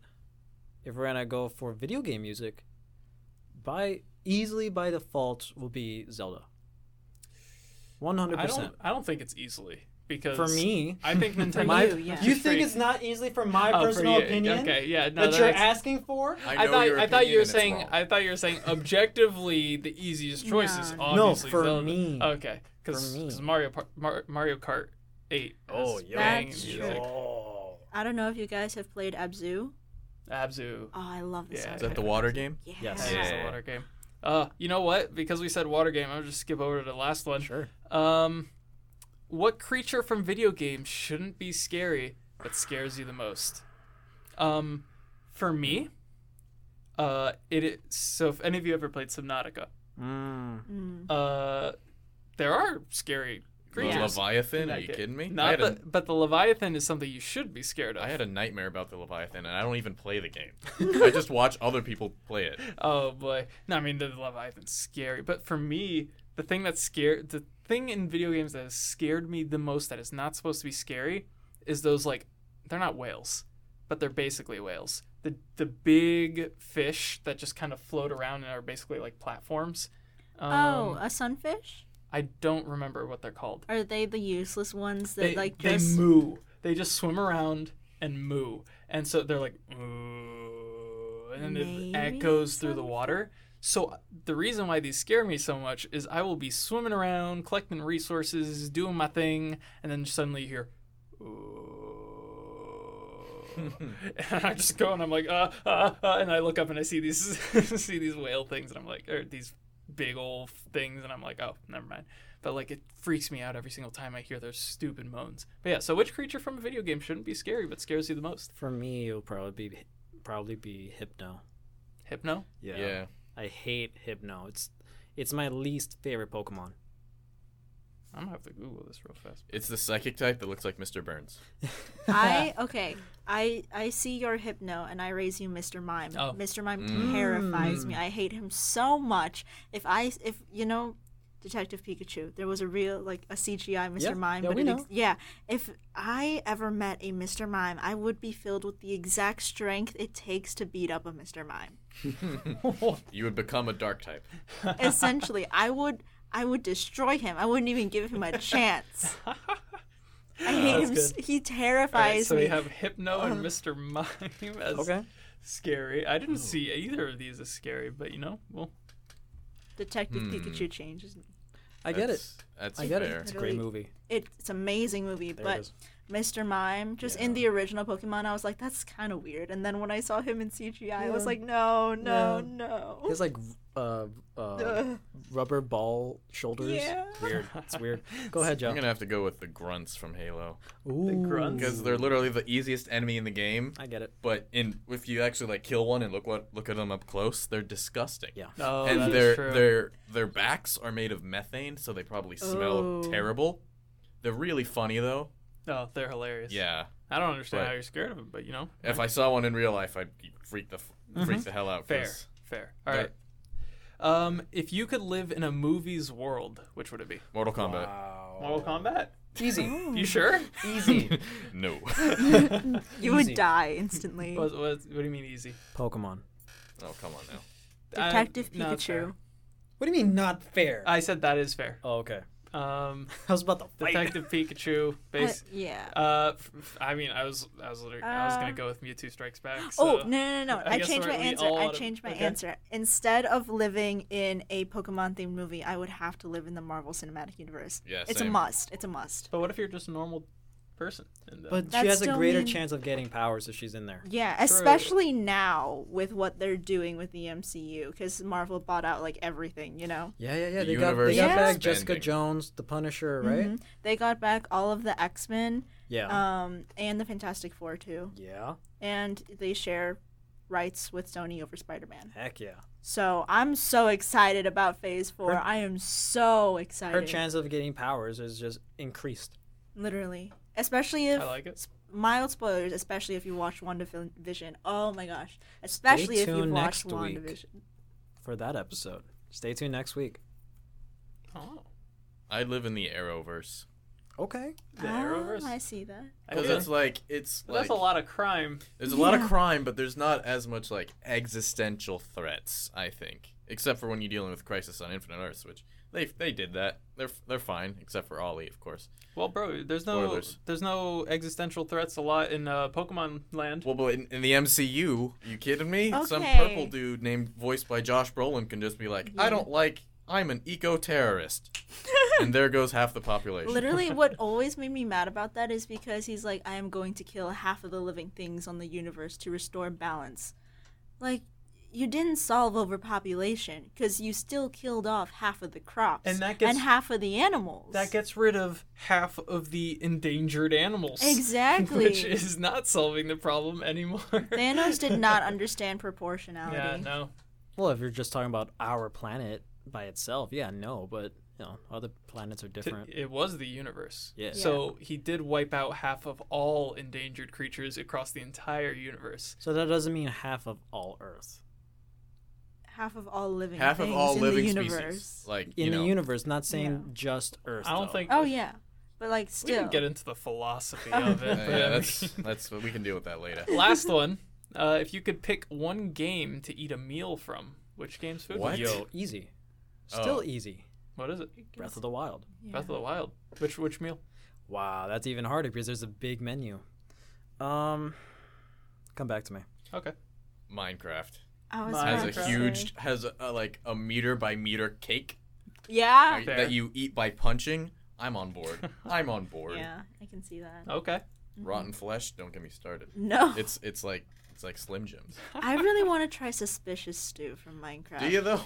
Speaker 2: if we're gonna go for video game music, by easily by default will be Zelda. One hundred
Speaker 1: I
Speaker 2: percent.
Speaker 1: don't. I don't think it's easily because
Speaker 2: For me,
Speaker 1: I think Nintendo.
Speaker 2: my-
Speaker 3: you, yeah.
Speaker 5: You think it's not easily from my
Speaker 1: Oh, for
Speaker 5: personal
Speaker 1: you.
Speaker 5: opinion
Speaker 1: Okay, yeah, no,
Speaker 5: that
Speaker 1: that
Speaker 5: you're
Speaker 1: makes-
Speaker 5: asking for?
Speaker 1: I
Speaker 4: know
Speaker 1: thought
Speaker 4: your
Speaker 1: I thought
Speaker 4: opinion
Speaker 1: you were
Speaker 4: and it's
Speaker 1: saying
Speaker 4: wrong.
Speaker 1: I thought you were saying objectively the easiest choice is
Speaker 3: No, no.
Speaker 2: No,
Speaker 1: obviously
Speaker 2: for
Speaker 1: Zelda. Uh,
Speaker 2: me.
Speaker 1: Okay,
Speaker 2: For me.
Speaker 1: because Mario Par- Mar- Mario Kart Eight.
Speaker 4: Oh,
Speaker 1: has
Speaker 4: yo.
Speaker 1: banging
Speaker 3: That's
Speaker 1: music.
Speaker 3: true. I don't know if you guys have played Abzu.
Speaker 1: Abzu.
Speaker 3: Oh, I love this.
Speaker 1: Yeah.
Speaker 4: Is
Speaker 3: soundtrack.
Speaker 4: that the water game?
Speaker 3: Yeah.
Speaker 2: Yes.
Speaker 1: That's
Speaker 4: Yeah.
Speaker 1: a water game. Uh, you know what? Because we said water game, I'll just skip over to the last one.
Speaker 2: sure.
Speaker 1: Um, what creature from video games shouldn't be scary but scares you the most? Um, for me, uh, it is, so if any of you ever played Subnautica,
Speaker 2: Mm.
Speaker 3: Mm.
Speaker 1: uh, there are scary
Speaker 4: The
Speaker 1: creatures. in
Speaker 4: Leviathan?
Speaker 1: that
Speaker 4: Are you
Speaker 1: game.
Speaker 4: kidding me? I
Speaker 1: Not
Speaker 4: had,
Speaker 1: the,
Speaker 4: a,
Speaker 1: but the Leviathan is something you should be scared of.
Speaker 4: I had a nightmare about the Leviathan, and I don't even play
Speaker 2: *laughs*
Speaker 4: the game. I just watch other people play it.
Speaker 1: Oh boy. No, I mean the Leviathan's scary, but for me, the thing that scared the thing in video games that has scared me the most that is not supposed to be scary is those like they're not whales, but they're basically whales. The the big fish that just kind of float around and are basically like platforms. Um,
Speaker 3: oh, a sunfish?
Speaker 1: I don't remember what they're called.
Speaker 3: Are they the useless ones that
Speaker 1: they
Speaker 3: like
Speaker 1: they
Speaker 3: just?
Speaker 1: moo. They just swim around and moo, and so they're like, "Ooh," and then
Speaker 3: Maybe
Speaker 1: it echoes through the water. So uh, the reason why these scare me so much is I will be swimming around, collecting resources, doing my thing, and then suddenly you hear, "Ooh." and I just go and I'm like, uh, uh, uh, and I look up and I see these *laughs* see these whale things, and I'm like, or these big old things, and I'm like, oh, never mind. But like, it freaks me out every single time I hear those stupid moans. But yeah, so which creature from a video game shouldn't be scary but scares you the most?
Speaker 2: For me, it'll probably be probably be Hypno.
Speaker 1: Hypno.
Speaker 4: Yeah.
Speaker 2: I hate Hypno. It's it's my least favorite Pokemon.
Speaker 1: I'm gonna have to Google this real fast. *laughs*
Speaker 4: It's the psychic type that looks like Mr. Burns.
Speaker 3: *laughs*
Speaker 2: *laughs*
Speaker 3: I okay. I I see your hypno and I raise you Mr. Mime.
Speaker 1: Oh.
Speaker 3: Mr. Mime
Speaker 2: Mm.
Speaker 3: terrifies me. I hate him so much. If I if you know Detective Pikachu, there was a real like a CGI Mr.
Speaker 2: Yeah,
Speaker 3: Mime,
Speaker 2: yeah,
Speaker 3: but
Speaker 2: we
Speaker 3: it
Speaker 2: know.
Speaker 3: ex- yeah. If I ever met a Mr. Mime, I would be filled with the exact strength it takes to beat up a Mr. Mime.
Speaker 4: You would become a dark type.
Speaker 3: Essentially, I would I would destroy him. I wouldn't even give him a chance. I hate him. s- He
Speaker 1: All right,
Speaker 3: terrifies
Speaker 1: so
Speaker 3: me.
Speaker 1: we have Hypno and Mr. Mime as
Speaker 2: Okay.
Speaker 1: scary. I didn't see either of these as scary, but you know, well,
Speaker 3: Detective
Speaker 1: Hmm.
Speaker 3: Pikachu changes.
Speaker 2: I get it.
Speaker 4: That's
Speaker 2: I get it.
Speaker 4: fair.
Speaker 2: It's a great movie.
Speaker 3: It's an amazing movie,
Speaker 2: it
Speaker 3: but
Speaker 2: is.
Speaker 3: Mr. Mime. Just in the original Pokemon, I was like, that's kind of weird. And then when I saw him in CGI, I was
Speaker 2: Yeah.
Speaker 3: like, no, no,
Speaker 2: Yeah.
Speaker 3: no.
Speaker 2: He has like uh, *laughs* uh,
Speaker 3: Ugh.
Speaker 2: rubber ball shoulders.
Speaker 3: yeah.
Speaker 2: Weird. *laughs* It's weird. Go ahead, Joe.
Speaker 4: I'm gonna have to go with the grunts from Halo
Speaker 2: Ooh.
Speaker 6: grunts.
Speaker 4: because they're literally the easiest enemy in the game.
Speaker 2: I get it.
Speaker 4: But in if you actually like kill one and look what look at them up close, they're disgusting.
Speaker 2: Yeah.
Speaker 1: Oh,
Speaker 4: *laughs* and
Speaker 1: that's
Speaker 4: their
Speaker 1: true.
Speaker 4: their their backs are made of methane, so they probably smell
Speaker 3: Oh.
Speaker 4: terrible. They're really funny though.
Speaker 1: oh, they're hilarious.
Speaker 4: Yeah.
Speaker 1: I don't understand
Speaker 4: But-
Speaker 1: how you're scared of them, but you know,
Speaker 4: If I saw one in real life, I'd freak the f freak the hell out.
Speaker 1: fair,
Speaker 4: 'cause
Speaker 1: fair. All right. Um, if you could live in a movie's world, which would it be?
Speaker 4: Mortal Kombat.
Speaker 1: Mortal Kombat. *laughs*
Speaker 2: Easy.
Speaker 1: You sure?
Speaker 2: Easy.
Speaker 4: No.
Speaker 1: *laughs*
Speaker 3: You would
Speaker 2: Easy.
Speaker 3: die instantly.
Speaker 1: What, what, what do you mean easy?
Speaker 2: Pokemon.
Speaker 4: oh come on now.
Speaker 1: I-
Speaker 3: Detective
Speaker 1: no, it's fair.
Speaker 3: Pikachu.
Speaker 5: What do you mean
Speaker 1: *laughs*
Speaker 5: not fair?
Speaker 1: I said that is fair.
Speaker 2: Oh, okay.
Speaker 1: Um,
Speaker 2: I was about to *laughs* fight.
Speaker 1: Detective
Speaker 3: *laughs*
Speaker 1: Pikachu.
Speaker 3: Uh,
Speaker 1: Base.
Speaker 3: yeah.
Speaker 1: Uh, f- f- I mean, I was, I was literally, I was gonna
Speaker 3: Uh,
Speaker 1: go with Mewtwo Strikes Back.
Speaker 3: Oh
Speaker 1: so-
Speaker 3: no no no! no.
Speaker 1: I
Speaker 3: I,
Speaker 1: guess
Speaker 3: changed
Speaker 1: we're-
Speaker 3: my
Speaker 1: we
Speaker 3: answer.
Speaker 1: all
Speaker 3: I
Speaker 1: oughta-
Speaker 3: changed my
Speaker 1: okay.
Speaker 3: answer. Instead of living in a Pokemon themed movie, I would have to live in the Marvel Cinematic Universe.
Speaker 4: Yeah,
Speaker 3: it's a
Speaker 4: same.
Speaker 3: must. It's a must.
Speaker 1: But what if you're just a normal person? And, uh,
Speaker 2: But
Speaker 3: That
Speaker 2: she has a
Speaker 3: still
Speaker 2: greater
Speaker 3: mean-
Speaker 2: chance of getting powers if she's in there.
Speaker 3: Yeah, especially now with what they're doing with the MCU, because Marvel bought out like everything. You know,
Speaker 2: Yeah, yeah, yeah.
Speaker 4: The
Speaker 2: They got, they
Speaker 4: universe
Speaker 2: got
Speaker 3: is
Speaker 2: back Jessica
Speaker 4: expanding.
Speaker 2: Jones, the Punisher, right?
Speaker 3: Mhm. they got back all of the X Men,
Speaker 2: Yeah.
Speaker 3: um, and the Fantastic Four too,
Speaker 2: yeah.
Speaker 3: and they share rights with Sony over Spider Man.
Speaker 2: Heck yeah.
Speaker 3: So I'm so excited about Phase Four. I am so excited.
Speaker 2: Her chance of getting powers is just increased.
Speaker 3: Literally. Especially if
Speaker 1: I like it.
Speaker 3: mild spoilers, especially if you watched WandaVision. Oh my gosh. Especially if you
Speaker 2: tuned next
Speaker 3: watched
Speaker 2: week.
Speaker 3: WandaVision.
Speaker 2: for that episode. Stay tuned next week.
Speaker 1: Oh,
Speaker 4: I live in the Arrowverse.
Speaker 2: Okay.
Speaker 1: the
Speaker 3: Ah,
Speaker 1: Arrowverse.
Speaker 3: I see that.
Speaker 4: Because
Speaker 1: Okay.
Speaker 4: it's like it's
Speaker 1: But that's a
Speaker 4: like-
Speaker 1: lot of crime.
Speaker 4: There's a
Speaker 1: *laughs*
Speaker 4: lot of
Speaker 3: Yeah.
Speaker 4: crime, but there's not as much like existential threats. I think, except for when you're dealing with Crisis on Infinite Earths, which they they did that. They're they're fine, except for Ollie, of course.
Speaker 1: Well, bro, there's no
Speaker 4: Spoilers.
Speaker 1: there's no existential threats a lot in uh, Pokemon Land.
Speaker 4: Well, but in, in the MCU, you kidding me? Some
Speaker 3: Okay.
Speaker 4: purple dude named voiced by Josh Brolin can just be like, I don't like. I'm an
Speaker 3: *laughs*
Speaker 4: eco terrorist, and there goes half the population. *laughs*
Speaker 3: Literally, what always made me mad about that is because he's like, I am going to kill half of the living things on the universe to restore balance. Like, you didn't solve overpopulation because you still killed off half of the crops
Speaker 1: And that gets-
Speaker 3: half of the animals.
Speaker 1: that gets rid of half of the endangered animals. *laughs*
Speaker 3: Exactly.
Speaker 1: Which is not solving the problem anymore.
Speaker 3: Thanos did
Speaker 4: *laughs*
Speaker 3: not understand proportionality.
Speaker 1: yeah, no.
Speaker 2: Well, if you're just talking about our planet by itself, yeah, no, but you know, other planets are
Speaker 1: T-
Speaker 2: different.
Speaker 1: It was the universe.
Speaker 2: Yeah.
Speaker 1: So he did wipe out half of all endangered creatures across the entire universe.
Speaker 2: So that doesn't mean half of all Earth.
Speaker 3: Half of all living
Speaker 4: half of
Speaker 3: things
Speaker 4: all
Speaker 3: in
Speaker 4: living
Speaker 3: the universe.
Speaker 4: species, like
Speaker 2: In
Speaker 4: you know,
Speaker 2: the universe, not saying
Speaker 3: Yeah.
Speaker 2: just Earth.
Speaker 1: I don't
Speaker 2: though.
Speaker 1: think
Speaker 3: Oh yeah, but like
Speaker 1: we
Speaker 3: still.
Speaker 1: can get into the philosophy of
Speaker 4: *laughs* Uh,
Speaker 1: it. but I
Speaker 4: yeah,
Speaker 1: mean-
Speaker 2: *laughs*
Speaker 4: that's that's we can deal with that later.
Speaker 1: Last one. Uh, if you could pick one game to eat a meal from, which game's food?
Speaker 4: What?
Speaker 1: would you-
Speaker 2: Yo, easy. Still
Speaker 4: Oh.
Speaker 2: easy.
Speaker 1: What is it?
Speaker 2: Breath of the Wild.
Speaker 1: Breath of the Wild. Which which meal?
Speaker 2: Wow, that's even harder because there's a big menu. Um come back to me.
Speaker 1: Okay.
Speaker 4: Minecraft
Speaker 3: I was
Speaker 1: Mine.
Speaker 4: has
Speaker 3: about
Speaker 4: a
Speaker 3: to
Speaker 4: huge
Speaker 3: say.
Speaker 4: *laughs* has a, a, like a meter by meter cake
Speaker 3: Yeah.
Speaker 4: I-
Speaker 1: Fair.
Speaker 4: that you eat by punching. I'm
Speaker 2: *laughs*
Speaker 4: on board. I'm on board.
Speaker 3: Yeah, I can see that.
Speaker 1: Okay.
Speaker 4: Rotten flesh. Don't get me started.
Speaker 3: No,
Speaker 4: It's it's like it's like Slim Jims.
Speaker 3: *laughs* I really want to try suspicious stew from Minecraft.
Speaker 4: Do you though?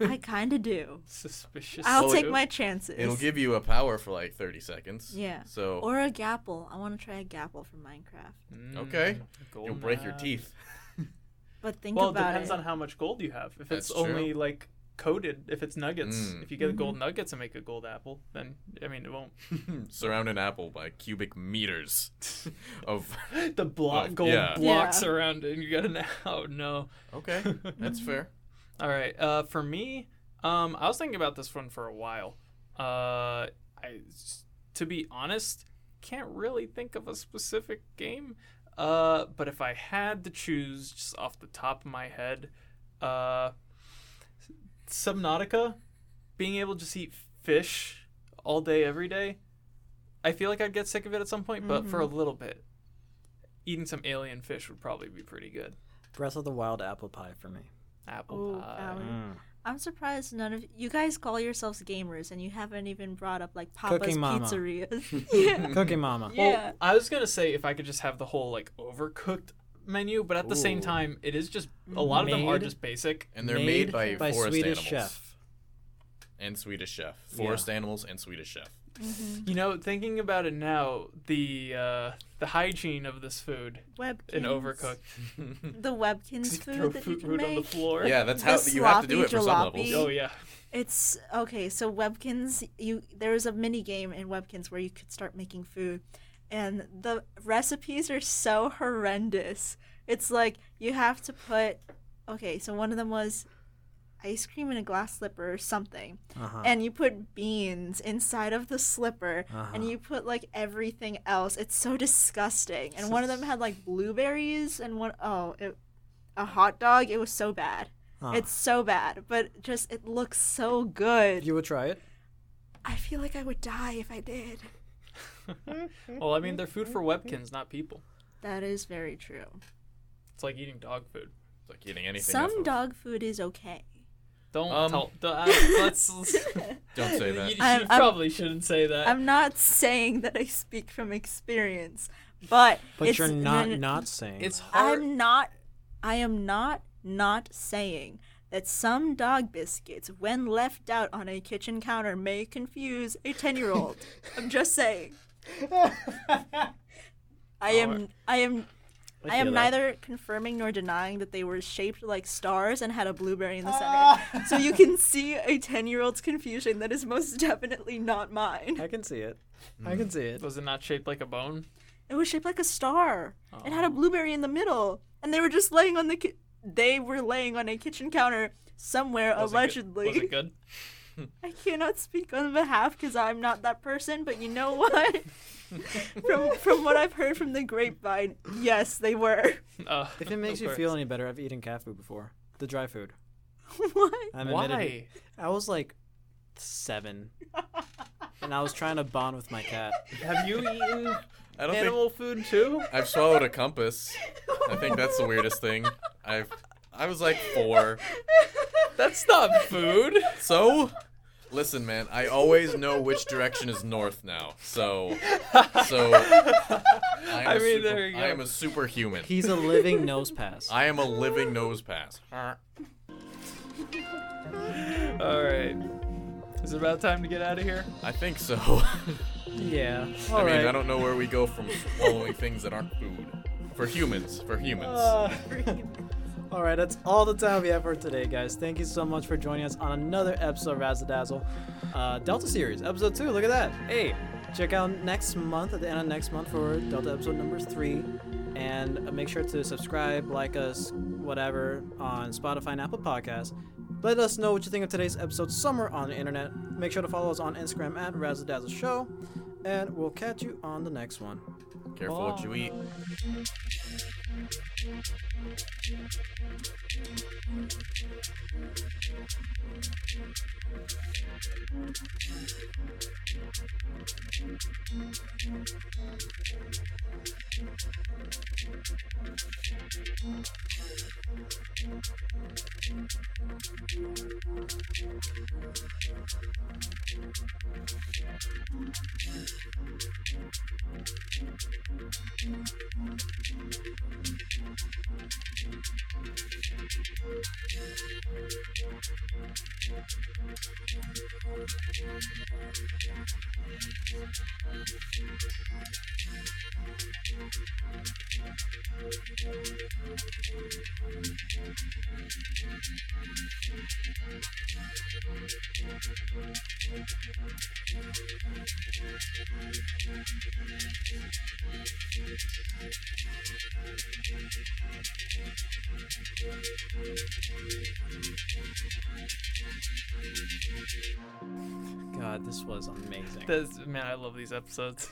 Speaker 3: I kind of do.
Speaker 1: Suspicious.
Speaker 3: I'll
Speaker 1: soup.
Speaker 3: take my chances.
Speaker 4: It'll give you a power for like 30 seconds.
Speaker 3: Yeah.
Speaker 4: So
Speaker 3: Or a gapple. I want to try a gapple from Minecraft.
Speaker 1: Mm,
Speaker 4: okay, you'll
Speaker 1: golden
Speaker 4: break your
Speaker 1: eye.
Speaker 4: teeth. *laughs*
Speaker 3: But think
Speaker 1: Well, it
Speaker 3: about
Speaker 1: depends
Speaker 3: it.
Speaker 1: on how much gold you have. If it's
Speaker 4: That's
Speaker 1: only like coated, if it's nuggets,
Speaker 4: Mm.
Speaker 1: if you get gold nuggets and make a gold apple, then I mean it won't.
Speaker 4: Surround an apple by cubic meters *laughs* of.
Speaker 1: *laughs* the block
Speaker 4: Oh,
Speaker 1: gold
Speaker 4: yeah.
Speaker 1: blocks
Speaker 3: Yeah.
Speaker 1: around it and you *laughs* got an oh no.
Speaker 4: *laughs* Okay, that's fair.
Speaker 1: All right. Uh, for me, um, I was thinking about this one for a while. Uh, I, to be honest, can't really think of a specific game. Uh, but if I had to choose just off the top of my head, uh, Subnautica, being able to just eat fish all day, every day, I feel like I'd get sick of it at some point, but for a little bit, eating some alien fish would probably be pretty good.
Speaker 2: Breath of the Wild apple pie for me.
Speaker 1: Apple
Speaker 3: Ooh,
Speaker 1: pie.
Speaker 2: *laughs*
Speaker 4: Hmm.
Speaker 3: Alan. I'm surprised none of you guys call yourselves gamers and you haven't even brought up like Papa's
Speaker 2: Cooking Mama.
Speaker 3: Pizzeria.
Speaker 2: *laughs*
Speaker 3: yeah.
Speaker 2: Cooking Mama.
Speaker 1: Well,
Speaker 3: Yeah.
Speaker 1: I was gonna say if I could just have the whole like overcooked menu, but at the same
Speaker 4: Ooh.
Speaker 1: time, it is just a lot of them are
Speaker 2: Made?
Speaker 1: just basic.
Speaker 4: and they're made, by, forest
Speaker 2: Swedish
Speaker 4: animals
Speaker 2: chef.
Speaker 4: and Swedish chef, forest animals and Swedish *laughs* chef.
Speaker 1: You know, thinking about it now, the uh, the hygiene of this food
Speaker 3: *laughs* Webkins.
Speaker 1: in overcooked, *laughs*
Speaker 3: The Webkins
Speaker 1: throw
Speaker 3: food that you
Speaker 1: food,
Speaker 3: can
Speaker 1: food on the
Speaker 3: make.
Speaker 1: floor.
Speaker 4: Yeah, that's
Speaker 3: The
Speaker 4: how you have to do it
Speaker 3: sloppy
Speaker 4: for some levels.
Speaker 3: jalopy.
Speaker 1: Oh yeah.
Speaker 3: It's okay. So Webkins, you there was a mini game in Webkins where you could start making food, and the recipes are so horrendous. It's like you have to put. Okay, so one of them was ice cream in a glass slipper or something,
Speaker 2: Uh-huh.
Speaker 3: and you put beans inside of the slipper, and
Speaker 2: Uh-huh.
Speaker 3: you put like everything else. It's so disgusting. And one of them had like blueberries, and one oh, it, a hot dog. It was so bad.
Speaker 2: Huh.
Speaker 3: It's so bad, but just it looks so good.
Speaker 2: You would try it.
Speaker 3: I feel like I would die if I did.
Speaker 1: Well, I mean, they're food for webkins, not people.
Speaker 3: That is very true.
Speaker 1: It's like eating dog food.
Speaker 4: It's like eating anything. off
Speaker 3: Some
Speaker 4: of-
Speaker 3: dog food is okay.
Speaker 1: Don't
Speaker 4: Um,
Speaker 1: tell. d- uh, let's.
Speaker 4: Don't say that.
Speaker 1: You, you
Speaker 3: I'm- I'm-
Speaker 1: probably shouldn't say that.
Speaker 3: I'm not saying that I speak from experience, but
Speaker 2: But
Speaker 3: it's,
Speaker 2: you're
Speaker 3: no,
Speaker 2: not
Speaker 3: no,
Speaker 2: not
Speaker 1: *laughs*
Speaker 2: saying.
Speaker 1: it's
Speaker 2: that.
Speaker 1: hard.
Speaker 3: I'm not. I am not not saying that some dog biscuits, when left out on a kitchen counter, may confuse
Speaker 2: *laughs*
Speaker 3: a ten-year-old. I'm just saying. I am. I am. I, am
Speaker 2: feel that.
Speaker 3: neither confirming nor denying that they were shaped like stars and had a blueberry in the
Speaker 2: Ah.
Speaker 3: center. so you can see a 10 year old's confusion that is most *laughs* definitely not mine.
Speaker 2: I can see it.
Speaker 4: Hmm.
Speaker 2: I can see it.
Speaker 1: Was it not shaped like a bone?
Speaker 3: It was shaped like a star. It
Speaker 1: Oh.
Speaker 3: had a blueberry in the middle. And they were just laying on the. Ki- they were laying on a kitchen counter somewhere,
Speaker 1: Was it good-
Speaker 3: allegedly.
Speaker 1: was it good?
Speaker 3: *laughs* I cannot speak on behalf because I'm not that person, but you
Speaker 1: *laughs*
Speaker 3: know what? from from what I've heard from the grapevine, yes, they were. *laughs*
Speaker 1: Uh,
Speaker 2: If it
Speaker 1: *laughs*
Speaker 2: makes
Speaker 1: of
Speaker 2: you
Speaker 1: course.
Speaker 2: feel any better, I've eaten cat food before. The dry food.
Speaker 3: what?
Speaker 2: I'm admitted-
Speaker 1: Why?
Speaker 2: I was like
Speaker 1: *laughs*
Speaker 2: seven, and I was trying to bond with my cat.
Speaker 1: Have you eaten
Speaker 4: I don't
Speaker 1: animal food too?
Speaker 4: think I've swallowed a compass. I think that's the weirdest thing. I've I was like
Speaker 3: *laughs*
Speaker 4: four.
Speaker 1: That's not *laughs* food.
Speaker 4: So, listen, man. I always know which direction is north now. So, so. I, am
Speaker 1: I
Speaker 4: a
Speaker 1: mean,
Speaker 4: super-
Speaker 1: there you
Speaker 4: I
Speaker 1: go.
Speaker 4: am a superhuman.
Speaker 2: He's a
Speaker 1: *laughs*
Speaker 2: living nose pass.
Speaker 4: I am a living nose pass.
Speaker 1: All right. Is it about time to get out of here?
Speaker 4: I think so. *laughs*
Speaker 2: yeah.
Speaker 4: I
Speaker 2: All
Speaker 4: mean,
Speaker 2: right.
Speaker 4: I don't know where we go from swallowing things that aren't food. For humans, for humans.
Speaker 2: Uh, *laughs* all right, that's all the time we have for today, guys. Thank you so much for joining us on another episode of Razzle Dazzle, uh, Delta Series, episode two. Look at that. Hey, check out next month at the end of next month for Delta episode number three, and uh, make sure to subscribe, like us, whatever on Spotify and Apple Podcasts. Let us know what you think of today's episode somewhere on the internet. Make sure to follow us on Instagram at Razzle Dazzle Show, and we'll catch you on the next one.
Speaker 4: Careful what you eat.
Speaker 2: God, this was amazing.
Speaker 1: *laughs* That's, man, I love these episodes.